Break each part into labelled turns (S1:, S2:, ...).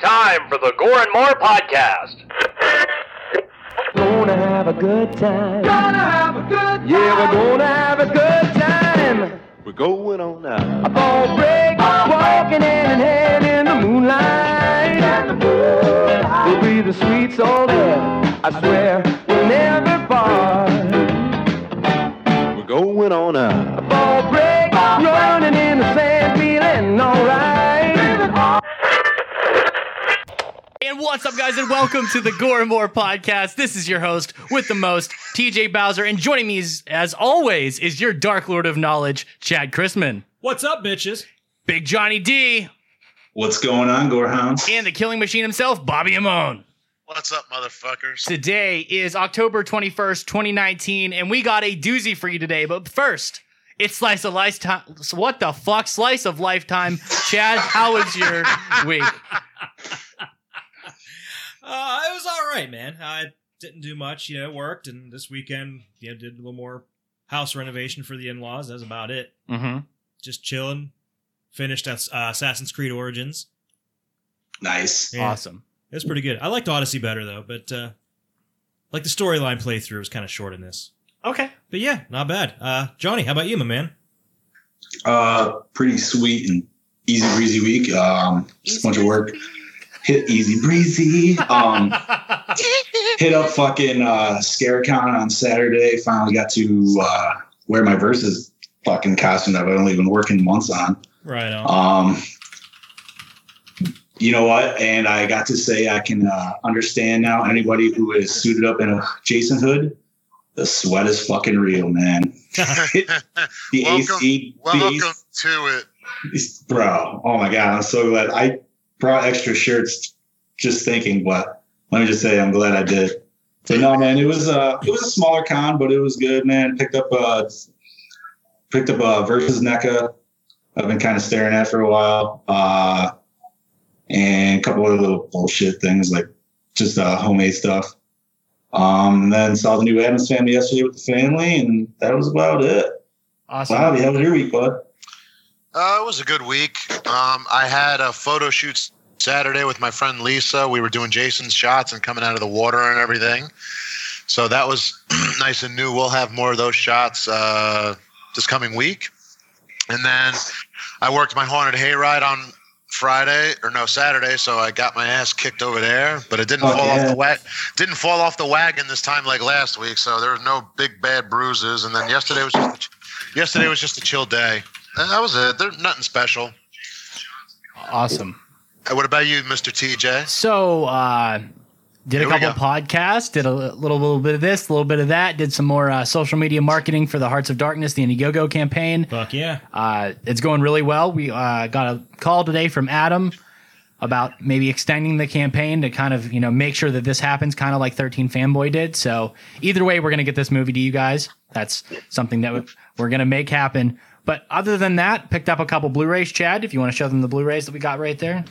S1: time for the Gore and More podcast.
S2: Gonna have a good time. Gonna have a good time. Yeah, we're gonna have a good time.
S3: We're going on now.
S2: A ball break, walking hand in hand in the moonlight. We'll be the sweet soul there. I swear we'll never part.
S3: We're going on now.
S2: Ball break, running in the sand, feeling alright.
S4: And what's up, guys, and welcome to the Gore and More podcast. This is your host with the most, TJ Bowser, and joining me, is, as always, is your Dark Lord of Knowledge, Chad Chrisman,
S5: What's up, bitches?
S4: Big Johnny D,
S6: What's going on, Gorehounds?
S4: and the Killing Machine himself, Bobby Amon.
S7: What's up, motherfuckers?
S4: Today is October twenty first, twenty nineteen, and we got a doozy for you today. But first, it's slice of lifetime. What the fuck, slice of lifetime? Chad, how was your week?
S5: Uh, it was all right, man. I didn't do much, you know, worked, and this weekend, you know, did a little more house renovation for the in-laws. That's about it.
S4: Mm-hmm.
S5: Just chilling. Finished Ass- uh, Assassin's Creed Origins.
S6: Nice.
S5: Yeah,
S4: Awesome.
S5: It was pretty good. I liked Odyssey better though, but uh, like the storyline playthrough was kind of short in this.
S4: Okay.
S5: But yeah, not bad. Uh, Johnny, how about you, my man?
S6: Uh, pretty sweet and easy breezy week. Um, just a bunch of work. Hit easy breezy. Um, hit up fucking uh, Scarecon on Saturday. Finally got to uh, wear my versus fucking costume that I've only been working months on.
S5: Right on.
S6: Um, you know what? And I got to say, I can uh, understand now anybody who is suited up in a Jason hood. The sweat is fucking real, man. The AC, the
S7: welcome
S6: AC
S7: to it.
S6: bro. Oh my god, I'm so glad I brought extra shirts. Just thinking, but let me just say, I'm glad I did. But no, man, it was a it was a smaller con, but it was good, man. Picked up a picked up a versus NECA. I've been kind of staring at for a while, uh, and a couple of little bullshit things like just uh, homemade stuff. Um, and then saw the new Adams family yesterday with the family, and that was about it.
S4: Awesome.
S6: Bobby, how was your week, bud?
S7: Uh, it was a good week. Um, I had a photo shoot Saturday with my friend Lisa. We were doing Jason's shots and coming out of the water and everything. So that was nice and new. We'll have more of those shots uh, this coming week. And then I worked my haunted hayride on Friday or no Saturday, so I got my ass kicked over there. But it didn't
S6: Oh,
S7: fall off
S6: yeah.
S7: the wag didn't fall off the wagon this time like last week. So there was no big bad bruises. And then yesterday was just a ch- yesterday was just a chill day. And that was it. There's nothing special.
S4: Awesome.
S7: Uh, What about you, Mr. TJ?
S4: So, uh, did
S7: Here
S4: a
S7: we
S4: couple
S7: go.
S4: podcasts, did a little little bit of this, a little bit of that, did some more uh, social media marketing for the Hearts of Darkness, the Indiegogo campaign.
S5: Fuck yeah.
S4: Uh, it's going really well. We uh, got a call today from Adam about maybe extending the campaign to kind of you know make sure that this happens, kind of like 13 Fanboy did. So either way, we're gonna get this movie to you guys. That's something that we- we're gonna make happen. But other than that, picked up a couple Blu-rays. Chad, if you want to show them the Blu-rays that we got right there.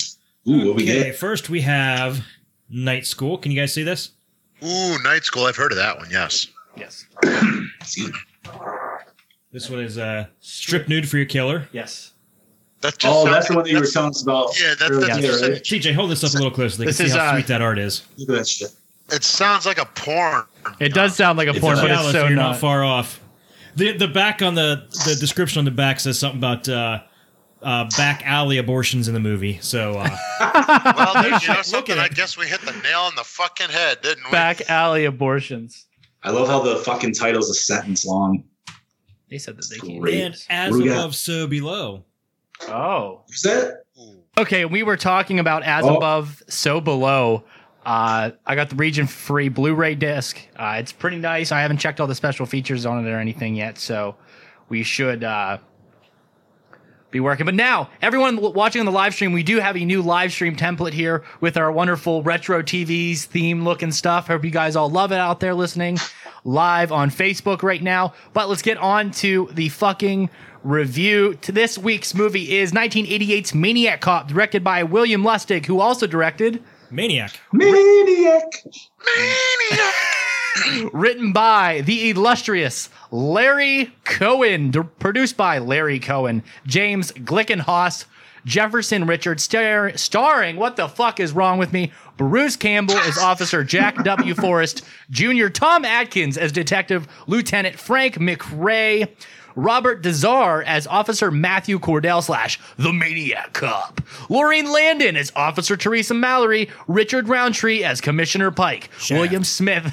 S6: Ooh, what we
S5: Okay,
S6: get?
S5: first we have Night School. Can you guys see this?
S7: Ooh, night school. I've heard of that one. Yes.
S4: Yes.
S6: Excuse me.
S5: This one is uh, Strip Nude for Your Killer.
S4: Yes.
S7: That's just
S6: Oh,
S7: sounds-
S6: that's the one that you were
S7: that's-
S6: telling us about.
S7: Yeah, that's- that's
S6: earlier,
S7: just a-
S6: right?
S5: TJ, hold this up a little closer. They can
S4: This
S5: see
S4: is,
S5: how
S4: uh,
S5: sweet that art is.
S6: Look at that shit.
S7: It sounds like a porn.
S4: It does sound like a porn, but it's
S5: Dallas,
S4: so
S5: you're
S4: not.
S5: not far off. The the back on the the description on the back says something about uh, uh, back alley abortions in the movie. So uh,
S7: Well, there's you know
S5: at
S7: something.
S5: it.
S7: I guess we hit the nail on the fucking head, didn't we?
S4: Back alley abortions.
S6: I love how the fucking title's a sentence long.
S4: They said that they
S6: can't. Great.
S5: and as
S6: What do we got?
S5: above, so below.
S4: Oh.
S6: Is that?
S7: Ooh.
S4: Okay, we were talking about as
S6: Oh.
S4: above, so below. Uh, I got the region free Blu-ray disc. Uh, it's pretty nice. I haven't checked all the special features on it or anything yet, so we should uh, be working. But now, everyone w- watching on the live stream, we do have a new live stream template here with our wonderful retro TVs theme looking stuff. Hope you guys all love it out there listening live on Facebook right now. But let's get on to the fucking review. To this week's movie is 1988's Maniac Cop, directed by William Lustig, who also directed
S5: Maniac.
S6: Maniac!
S4: written by the illustrious Larry Cohen, d- produced by Larry Cohen, James Glickenhaus, Jefferson Richards, star- starring what the fuck is wrong with me? Bruce Campbell as Officer Jack W. Forrest Jr., Tom Atkins as Detective Lieutenant Frank McRae. Robert Dazar as Officer Matthew Cordell slash the Maniac Cop. Lorraine Landon as Officer Teresa Mallory. Richard Roundtree as Commissioner Pike. William Smith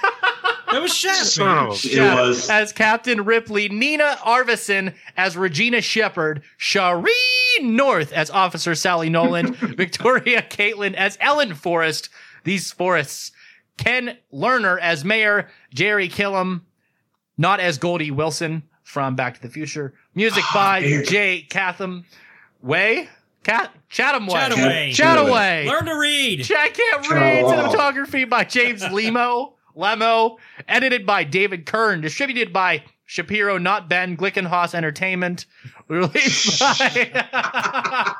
S5: That was Shaft,
S7: Son
S5: man.
S4: Oh.
S7: of a-
S6: It was
S4: as Captain Ripley, Nina Arvison as Regina Shepard, Shari North as Officer Sally Noland, Victoria Caitlin as Ellen Forrest, these Forrests, Ken Lerner as Mayor, Jerry Killam, not as Goldie Wilson from Back to the Future, music by
S6: Ah, dude.
S4: Jay Catham Way, Cat Chatham Way,
S5: Chataway.
S4: Chatham Way.
S5: Learn to read.
S4: I can't read.
S6: Oh, wow.
S4: Cinematography by James Lemo. Lemo. Edited by David Kern. Distributed by Shapiro, not Ben. Glickenhaus Entertainment. Released by.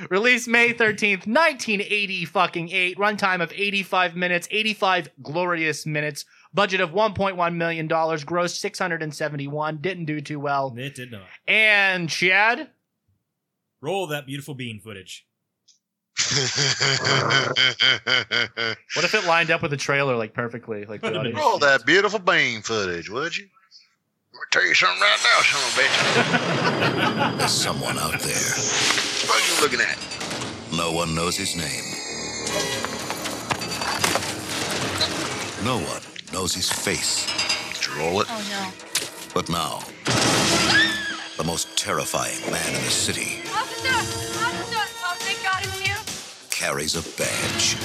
S4: released May 13th, 1980 fucking 8. Runtime of 85 minutes. 85 glorious minutes. Budget of $1.1 million. Gross 671. Didn't do too well.
S5: It did not.
S4: And Chad?
S5: Roll that beautiful bean footage.
S4: What if it lined up with the trailer like perfectly? Like the audio?
S7: Roll that beautiful bean footage, would you? I'm gonna tell you something right now, son of a bitch.
S8: There's someone out there.
S7: What are you looking at?
S8: No one knows his name. No one knows his face.
S7: Did you roll it?
S9: Oh
S8: But now, the most terrifying man in the city
S9: no. Officer! Officer! Oh, thank God it's you.
S8: carries a badge.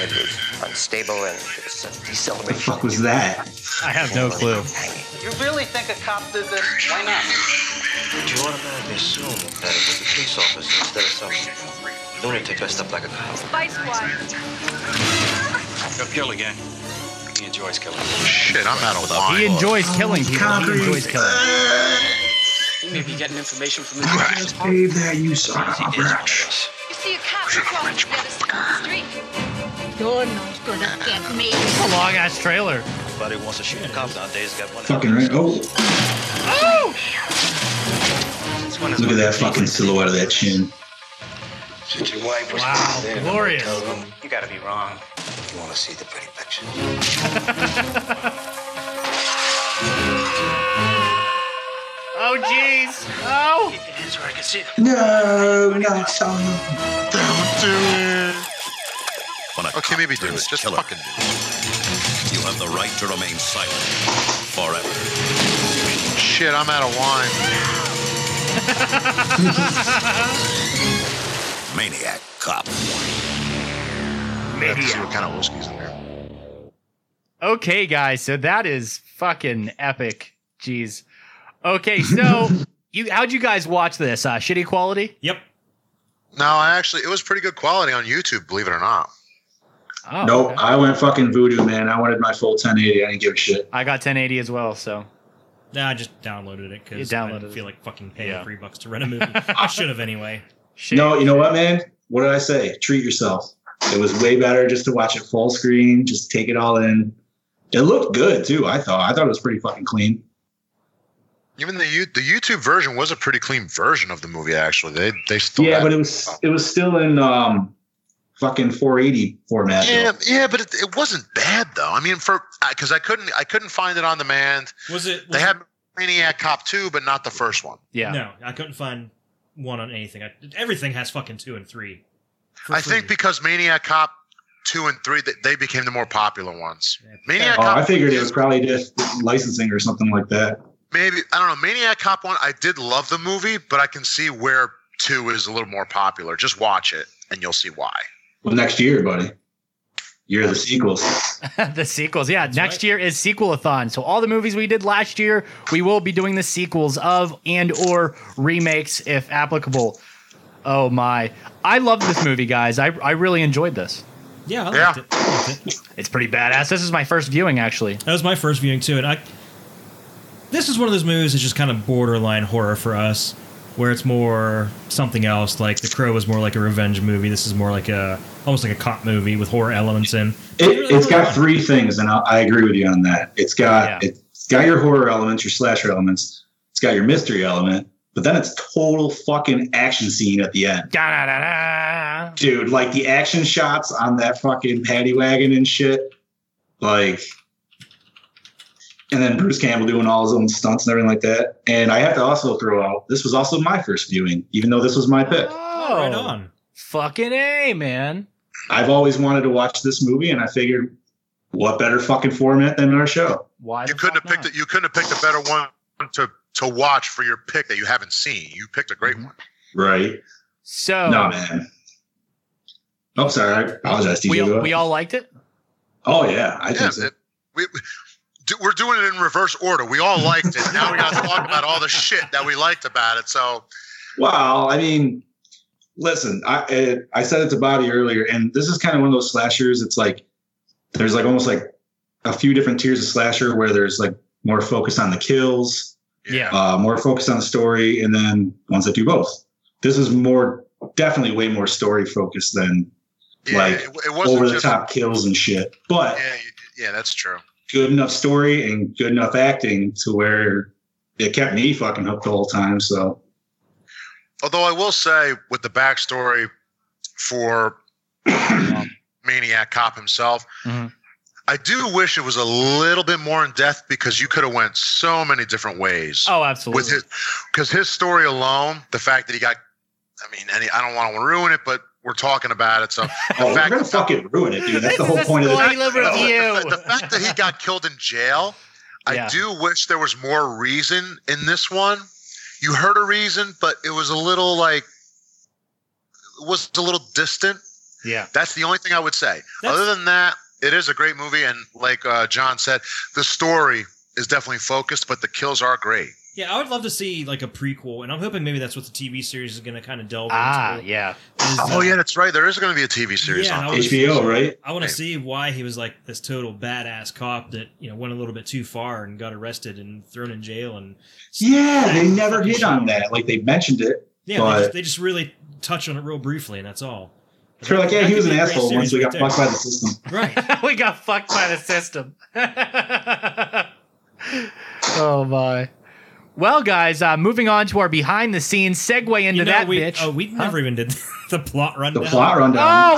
S10: It was unstable and it was a deceleration.
S6: fuck was that?
S4: I have no clue.
S10: You really think a cop did this? Why not?
S11: But you automatically assume that it was a police officer instead of some lunatic dressed up like a cop.
S9: Spice Squad.
S11: Go kill again. He enjoys killing.
S7: Shit, I'm out of line.
S4: He enjoys killing people. He enjoys killing.
S11: You may be getting information from the
S6: Right. Save that, you son of a bitch.
S9: You see a cop you cross the other side of the street. You're not gonna get me.
S4: It's a long ass trailer.
S11: Everybody who wants to shoot a cop nowadays. Got one.
S6: Fucking right. Oh,
S11: This one is
S6: look at
S11: one
S6: that
S11: of
S6: fucking silhouette of that chin.
S11: Since your wife was
S4: Wow,
S11: there,
S4: glorious.
S11: tell them, You gotta be wrong. You wanna see the pretty pictures?
S4: Oh jeez. Oh.
S11: Keep your hands where I can see them.
S6: No, not son.
S7: Don't do it.
S8: When a
S7: Okay,
S8: cop
S7: maybe do
S8: turns
S7: it. Just
S8: killer,
S7: fucking do it.
S8: You have the right to remain silent forever.
S7: Shit, I'm out of line.
S8: Maniac cop.
S7: I have to see what kind of whiskey's in there.
S4: Okay, guys. So that is fucking epic. Jeez. Okay, so you how'd you guys watch this? Uh, shitty quality.
S5: Yep.
S7: No, I actually, it was pretty good quality on YouTube, believe it or not.
S4: Oh,
S6: Nope,
S4: okay.
S6: I went fucking voodoo, man. I wanted my full 1080. I didn't give a shit.
S4: I got 1080 as well. So
S5: Nah, I just downloaded it because
S4: You
S5: I
S4: downloaded
S5: didn't feel
S4: it.
S5: like fucking paying
S4: Yeah.
S5: three bucks to rent a movie. I should have anyway.
S4: shit.
S6: No, you know what, man? What did I say? Treat yourself. It was way better just to watch it full screen, just take it all in. It looked good too. I thought. I thought it was pretty fucking clean.
S7: Even the you the YouTube version was a pretty clean version of the movie. Actually, they they still
S6: Yeah,
S7: had-
S6: but it was it was still in um fucking 480 format. though.
S7: yeah, yeah, but it, it wasn't bad though. I mean, for because I couldn't I couldn't find it on demand.
S5: Was it? Was
S7: They had Maniac Cop two, but not the first one.
S4: Yeah.
S5: it- no, I couldn't find one on anything. I, everything has fucking two and three. for
S7: I think
S5: free.
S7: because Maniac Cop two and three they, they became the more popular ones.
S5: Yeah.
S7: Maniac
S6: Oh,
S7: Cop
S6: I figured it was probably just licensing or something like that.
S7: maybe I don't know. Maniac Cop one I did love the movie, but I can see where two is a little more popular. Just watch it and you'll see why.
S6: Well, next year, buddy. Year of the sequels.
S4: the sequels. Yeah, next
S5: right.
S4: year is sequelathon. So all the movies we did last year, we will be doing the sequels of and or remakes if applicable. Oh my. I love this movie, guys. I I really enjoyed this.
S5: yeah, I
S7: Yeah.
S5: liked It. I liked it.
S4: It's pretty badass. This is my first viewing actually.
S5: That was my first viewing too, and I. This is one of those movies that's just kind of borderline horror for us. where it's more something else. Like The Crow was more like a revenge movie. This is more like a almost like a cop movie with horror elements in.
S6: It, it's got three things, and I, I agree with you on that. It's got it's got your horror elements, your slasher elements. It's got your mystery element, but then it's total fucking action scene at the end. Dude, like the action shots on that fucking paddy wagon and shit, like, and then Bruce Campbell doing all his own stunts and everything like that. And I have to also throw out this was also my first viewing, even though this was my pick.
S4: Oh, right on. Fucking A, man.
S6: I've always wanted to watch this movie, and I figured, what better fucking format than our show?
S4: Why?
S7: You couldn't have picked it. You couldn't have picked a better one to to watch for your pick that you haven't seen. You picked a great one.
S6: Right.
S4: So,
S6: No, man. Oh, sorry. I apologize,
S4: we,
S6: DJ. Go
S4: we
S6: ahead.
S4: all liked it?
S6: oh, yeah. I think so.
S7: it- we, we- do- we're doing it in reverse order. We all liked it. Now we got to talk about all the shit that we liked about it. So
S6: Well, I mean, listen, I it, I said it to Bobby earlier, and this is kind of one of those slashers. It's like there's like almost like a few different tiers of slasher where there's like more focus on the kills,
S4: Yeah.
S6: uh, more focus on the story, and then ones that do both. This is more definitely way more story focused than like
S7: it wasn't
S6: over the
S7: just-
S6: top kills and shit, but
S7: yeah, y- yeah, that's true.
S6: good enough story and good enough acting to where it kept me fucking hooked the whole time. So
S7: Although I will say, with the backstory for um, Maniac Cop himself,
S6: Mm-hmm.
S7: I do wish it was a little bit more in depth because you could have went so many different ways.
S4: Oh, absolutely.
S7: With his, because his story alone, the fact that he got, I mean, any, I don't want to ruin it, but we're talking about it, so
S6: Oh, we're gonna fucking ruin it, dude. That's the whole point of this.
S7: the, fa- the fact that he got killed in jail, I
S6: Yeah.
S7: do wish there was more reason in this one. You heard a reason, but it was a little like it was a little distant.
S4: Yeah.
S7: That's the only thing I would say. Other than that, it is a great movie, and like uh, John said, the story is definitely focused, but the kills are great.
S5: Yeah, I would love to see like a prequel, and I'm hoping maybe that's what the TV series is going to kind of delve into.
S4: Ah, yeah.
S7: Ah, oh yeah, that's right. There is going to be a TV series
S5: and I
S7: on
S5: wanna
S7: this.
S5: see- I want to see why he was like this total badass cop that you know went a little bit too far and got arrested and thrown in jail and
S6: Yeah, they never hit on that. Like they mentioned it,
S5: yeah, they,
S6: but
S5: just, they just really touch on it real briefly, and that's all.
S6: they're like, yeah, he was an
S5: That could be
S6: asshole
S5: a great
S6: once
S5: series
S6: we got
S5: right there.
S6: fucked by the system.
S4: we got fucked by the system. oh my. Well, guys, uh, moving on to our behind the scenes segue into
S5: You know,
S4: that
S5: we,
S4: bitch.
S5: Oh, we
S4: Huh?
S5: never even did the plot rundown.
S4: Oh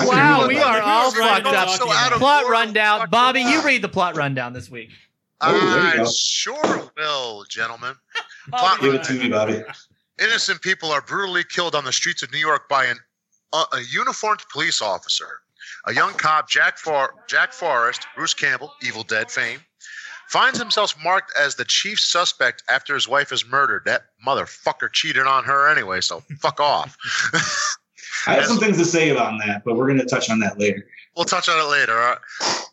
S4: wow, we are all fucked up. plot rundown. Bobby, you read the plot rundown this week.
S7: I sure will, gentlemen. Plot
S6: Give it to me, Bobby.
S7: Innocent people are brutally killed on the streets of New York by an, a, a uniformed police officer. A young cop, Jack, For- Jack Forrest, Bruce Campbell, Evil Dead fame, finds himself marked as the chief suspect after his wife is murdered. That motherfucker cheated on her anyway, so fuck off.
S6: I have some things to say about that, but we're gonna touch on that later.
S7: We'll touch on it later. all right?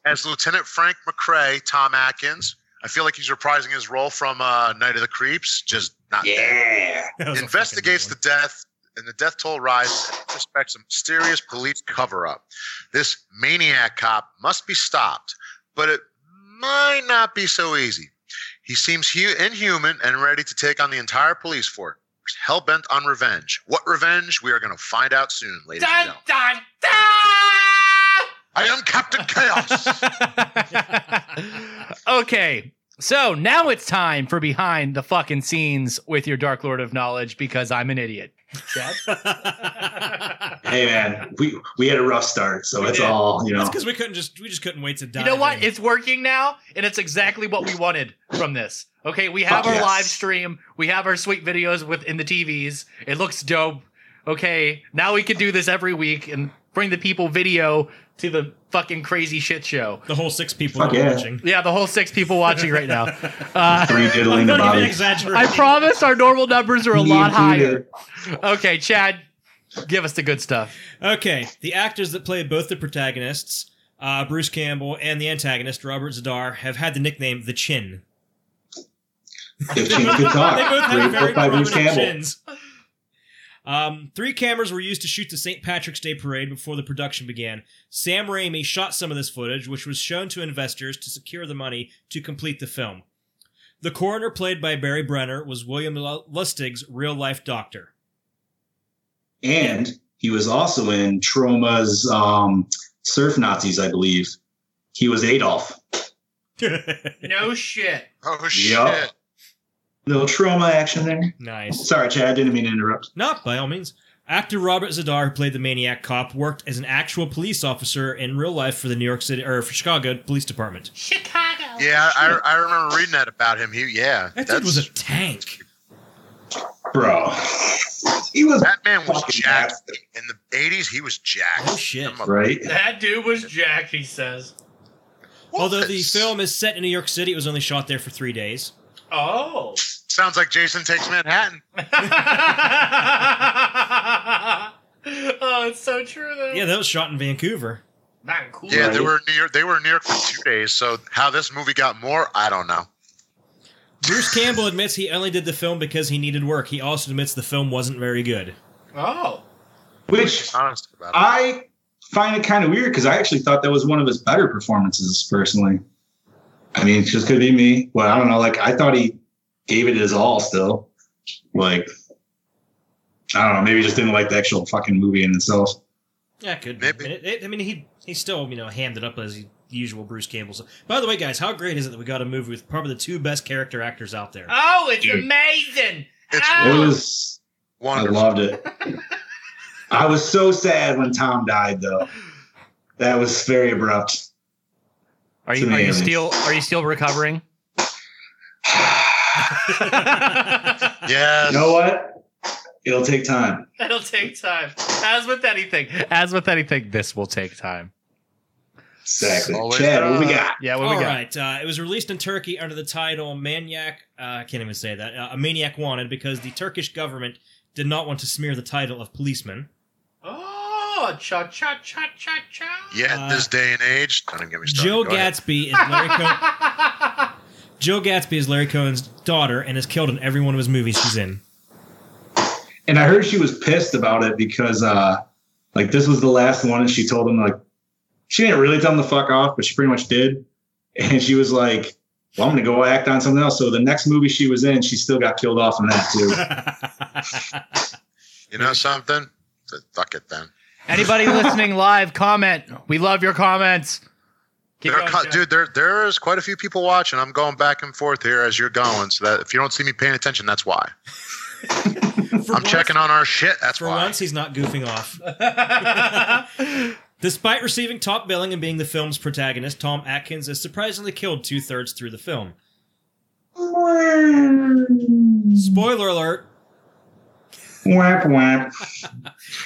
S7: As Lieutenant Frank McCrae, Tom Atkins, I feel like he's reprising his role from uh, Night of the Creeps, just not
S6: yeah.
S7: Investigates the death and the death toll rises and suspects a mysterious police cover up. This maniac cop must be stopped, but it might not be so easy. He seems hu- inhuman and ready to take on the entire police force, hell bent on revenge. What revenge? We are going to find out soon, ladies and gentlemen.
S4: dun, dun!
S7: I am Captain Chaos.
S4: Okay, so now it's time for behind the fucking scenes with your Dark Lord of Knowledge because I'm an idiot.
S6: Hey man, we we had a rough start, so it's
S4: did.
S6: all you know.
S5: because we couldn't just we just couldn't wait to die.
S4: You know what? It's working now, and it's exactly what we wanted from this. Okay, we have
S5: Fuck
S4: our
S5: yes.
S4: live stream, we have our sweet videos within the TVs. It looks dope. Okay, now we can do this every week and bring the people video to the fucking crazy shit show.
S5: The whole six people
S4: Fuck
S5: are
S4: yeah.
S5: watching.
S4: Yeah, the whole six people watching right now. Uh,
S6: Three diddling the
S4: I'm not even
S6: body.
S4: exaggerating. I promise our normal numbers are a
S5: Me
S4: lot
S5: included.
S4: higher. Okay, Chad, give us the good stuff.
S5: Okay, the actors that play both the protagonists, uh, Bruce Campbell, and the antagonist, Robert Zadar, have had the nickname the Chin.
S6: If Chin could talk,
S5: they both
S6: great
S5: have very
S6: work by Bruce
S5: prominent
S6: Campbell.
S5: chins. Um, three cameras were used to shoot the St. Patrick's Day parade before the production began. Sam Raimi shot some of this footage, which was shown to investors to secure the money to complete the film. The coroner, played by Barry Brenner, was William L- Lustig's real life doctor.
S6: and he was also in Troma's um, Surf Nazis, I believe. He was Adolf.
S4: no shit.
S7: Oh
S6: Yup. Little trauma action there.
S5: Nice.
S6: Sorry, Chad. I didn't mean to interrupt.
S5: Not by all means. Actor Robert Zadar, who played the maniac cop, worked as an actual police officer in real life for the New York City or for Chicago Police Department.
S9: Chicago.
S7: Yeah, I, I remember reading that about him. He yeah,
S5: That dude was a tank.
S6: Bro. He was
S7: that man was
S6: fucking
S7: jacked in the eighties. He was jacked.
S5: Oh shit.
S7: That mother-
S6: right?
S4: That dude was Jack, he says.
S5: Although the
S7: Yes.
S5: film is set in New York City, it was only shot there for three days.
S4: Oh.
S7: sounds like Jason takes Manhattan.
S4: oh, it's so true, though.
S5: Yeah, that was shot in Vancouver.
S4: Not cool.
S7: Yeah, they
S6: Right.
S7: were in New York. They were in New York for two days. So how this movie got more, I don't know.
S5: Bruce Campbell admits he only did the film because he needed work. He also admits the film wasn't very good.
S4: Oh.
S6: Which
S7: Honest about it.
S6: I find it kind of weird because I actually thought that was one of his better performances personally. I mean, it just could be me, but I don't know. Like, I thought he gave it his all still. Like, I don't know. Maybe he just didn't like the actual fucking movie in itself.
S5: Yeah, it could be.
S7: Maybe.
S5: I mean, it- it- I mean, he he still you know hammed it up as the usual Bruce Campbell's. By the way, guys, how great is it that we got a movie with probably the two best character actors out there?
S4: Oh, it's
S6: Dude.
S4: amazing.
S7: It's
S4: Ow.
S6: It was, I
S7: wonderful.
S6: loved it. I was so sad when Tom died, though. That was very abrupt.
S4: Are
S6: It's
S4: you are you
S6: amazing.
S4: still are you still recovering?
S7: Yes.
S6: You know what? It'll take time.
S4: It'll take time. As with anything, as with anything, this will take time.
S6: Exactly.
S7: Always
S6: Chad, what do we
S7: does.
S6: got?
S4: Yeah, what
S5: All
S4: we got?
S5: right, uh, it was released in Turkey under the title Maniac. Uh, I can't even say that. Uh, a Maniac Wanted because the Turkish government did not want to smear the title of policeman.
S4: Oh, cha cha cha cha cha.
S7: Yeah,
S5: Uh,
S7: this day and age. Don't even get me started.
S5: Joe
S7: Go ahead.
S5: Gatsby is Larry Cohen. Joe Gatsby is Larry Cohen's daughter and is killed in every one of his movies she's in.
S6: And I heard she was pissed about it because, uh, like, this was the last one, and she told him, like, she didn't really tell him the fuck off, but she pretty much did. And she was like, well, I'm going to go act on something else. So the next movie she was in, she still got killed off in that, too.
S7: You know something? So Fuck it then.
S4: Anybody listening live, comment. We love your comments. Keep
S7: There are
S4: going,
S7: co-
S4: Jeff.
S7: dude, there there is quite a few people watching. I'm going back and forth here as you're going. So that if you don't see me paying attention, that's why.
S5: For
S7: I'm
S5: once-
S7: checking on our shit. That's
S5: For
S7: why.
S5: once, he's not goofing off. Despite receiving top billing and being the film's protagonist, Tom Atkins is surprisingly killed two thirds through the film. Spoiler alert
S6: whap, whap.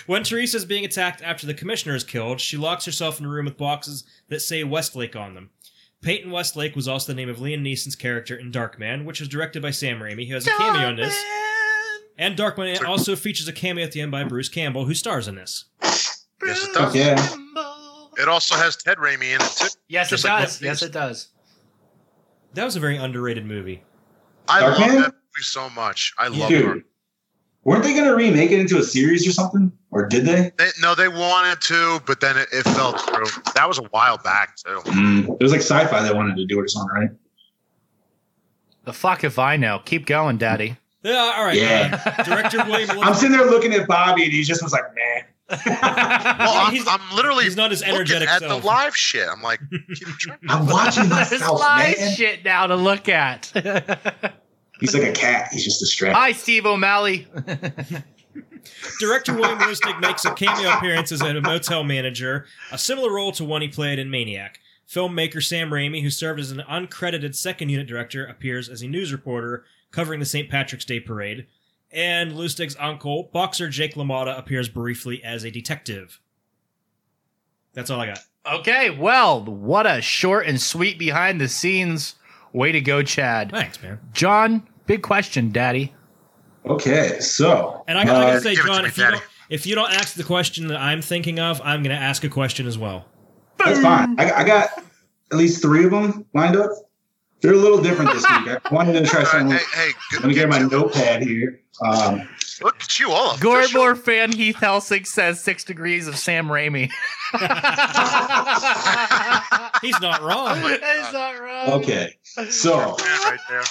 S5: When Teresa is being attacked after the commissioner is killed, she locks herself in a room with boxes that say Westlake on them. Peyton Westlake was also the name of Liam Neeson's character in Darkman, which was directed by Sam Raimi, who has a cameo in this. And Darkman also features a cameo at the end by Bruce Campbell, who stars in this.
S7: yes, it
S6: Fuck
S7: does.
S6: yeah.
S7: It also has Ted Raimi in it too.
S4: Yes,
S7: Just
S4: it
S7: like
S4: does.
S7: Netflix.
S4: yes, it does.
S5: That was a very underrated movie.
S7: I
S6: Dark
S7: love
S6: Man?
S7: that movie so much. I love it.
S6: Dude, weren't they going to remake it into a series or something? Or did they?
S7: They, no, they wanted to, but then it, it fell through. That was a while back too.
S6: Mm, It was like sci fi that wanted to do it or something, right?
S4: The fuck if I know. Keep going, Daddy.
S5: Yeah, all right.
S6: Yeah.
S5: uh, director William
S6: I'm
S5: Levy.
S6: sitting there looking at Bobby, and he just was like, nah.
S7: Well, I'm,
S5: he's-
S7: I'm literally
S5: He's not as
S7: looking
S5: energetic
S7: at
S5: self.
S7: the live shit. I'm like, keep track.
S6: I'm watching
S4: There's
S6: myself,
S4: live
S6: man.
S4: shit now to look at.
S6: He's like a cat. He's just distracted.
S7: Uh,
S4: Hi, Steve O'Malley.
S5: Director William Lustig makes a cameo appearance as a motel manager, a similar role to one he played in Maniac. Filmmaker Sam Raimi, who served as an uncredited second unit director, appears as a news reporter covering the St. Patrick's Day parade. And Lustig's uncle, boxer Jake LaMotta, appears briefly as a detective. That's all I got.
S4: Okay, well, what a short and sweet behind the scenes way to go, Chad.
S5: Thanks, man.
S4: John, big question, Daddy.
S6: Okay, so
S5: And I, I
S6: uh,
S5: gotta say,
S7: Give it to
S5: John,
S7: me,
S5: if you, don't,
S7: Daddy.
S5: if you don't ask the question that I'm thinking of, I'm going to ask a question as well.
S6: that's fine. I, I got at least three of them lined up. They're a little different this week. I wanted to try
S7: All right,
S6: something.
S7: hey, hey, good,
S6: Let me get my
S7: good-
S6: notepad here. Um,
S7: Look at you all. official.
S4: Gorbor fan Heath Helsing says six degrees of Sam Raimi.
S5: He's not wrong.
S4: That's not
S7: Um,
S4: wrong.
S6: okay, so
S7: Man, right there.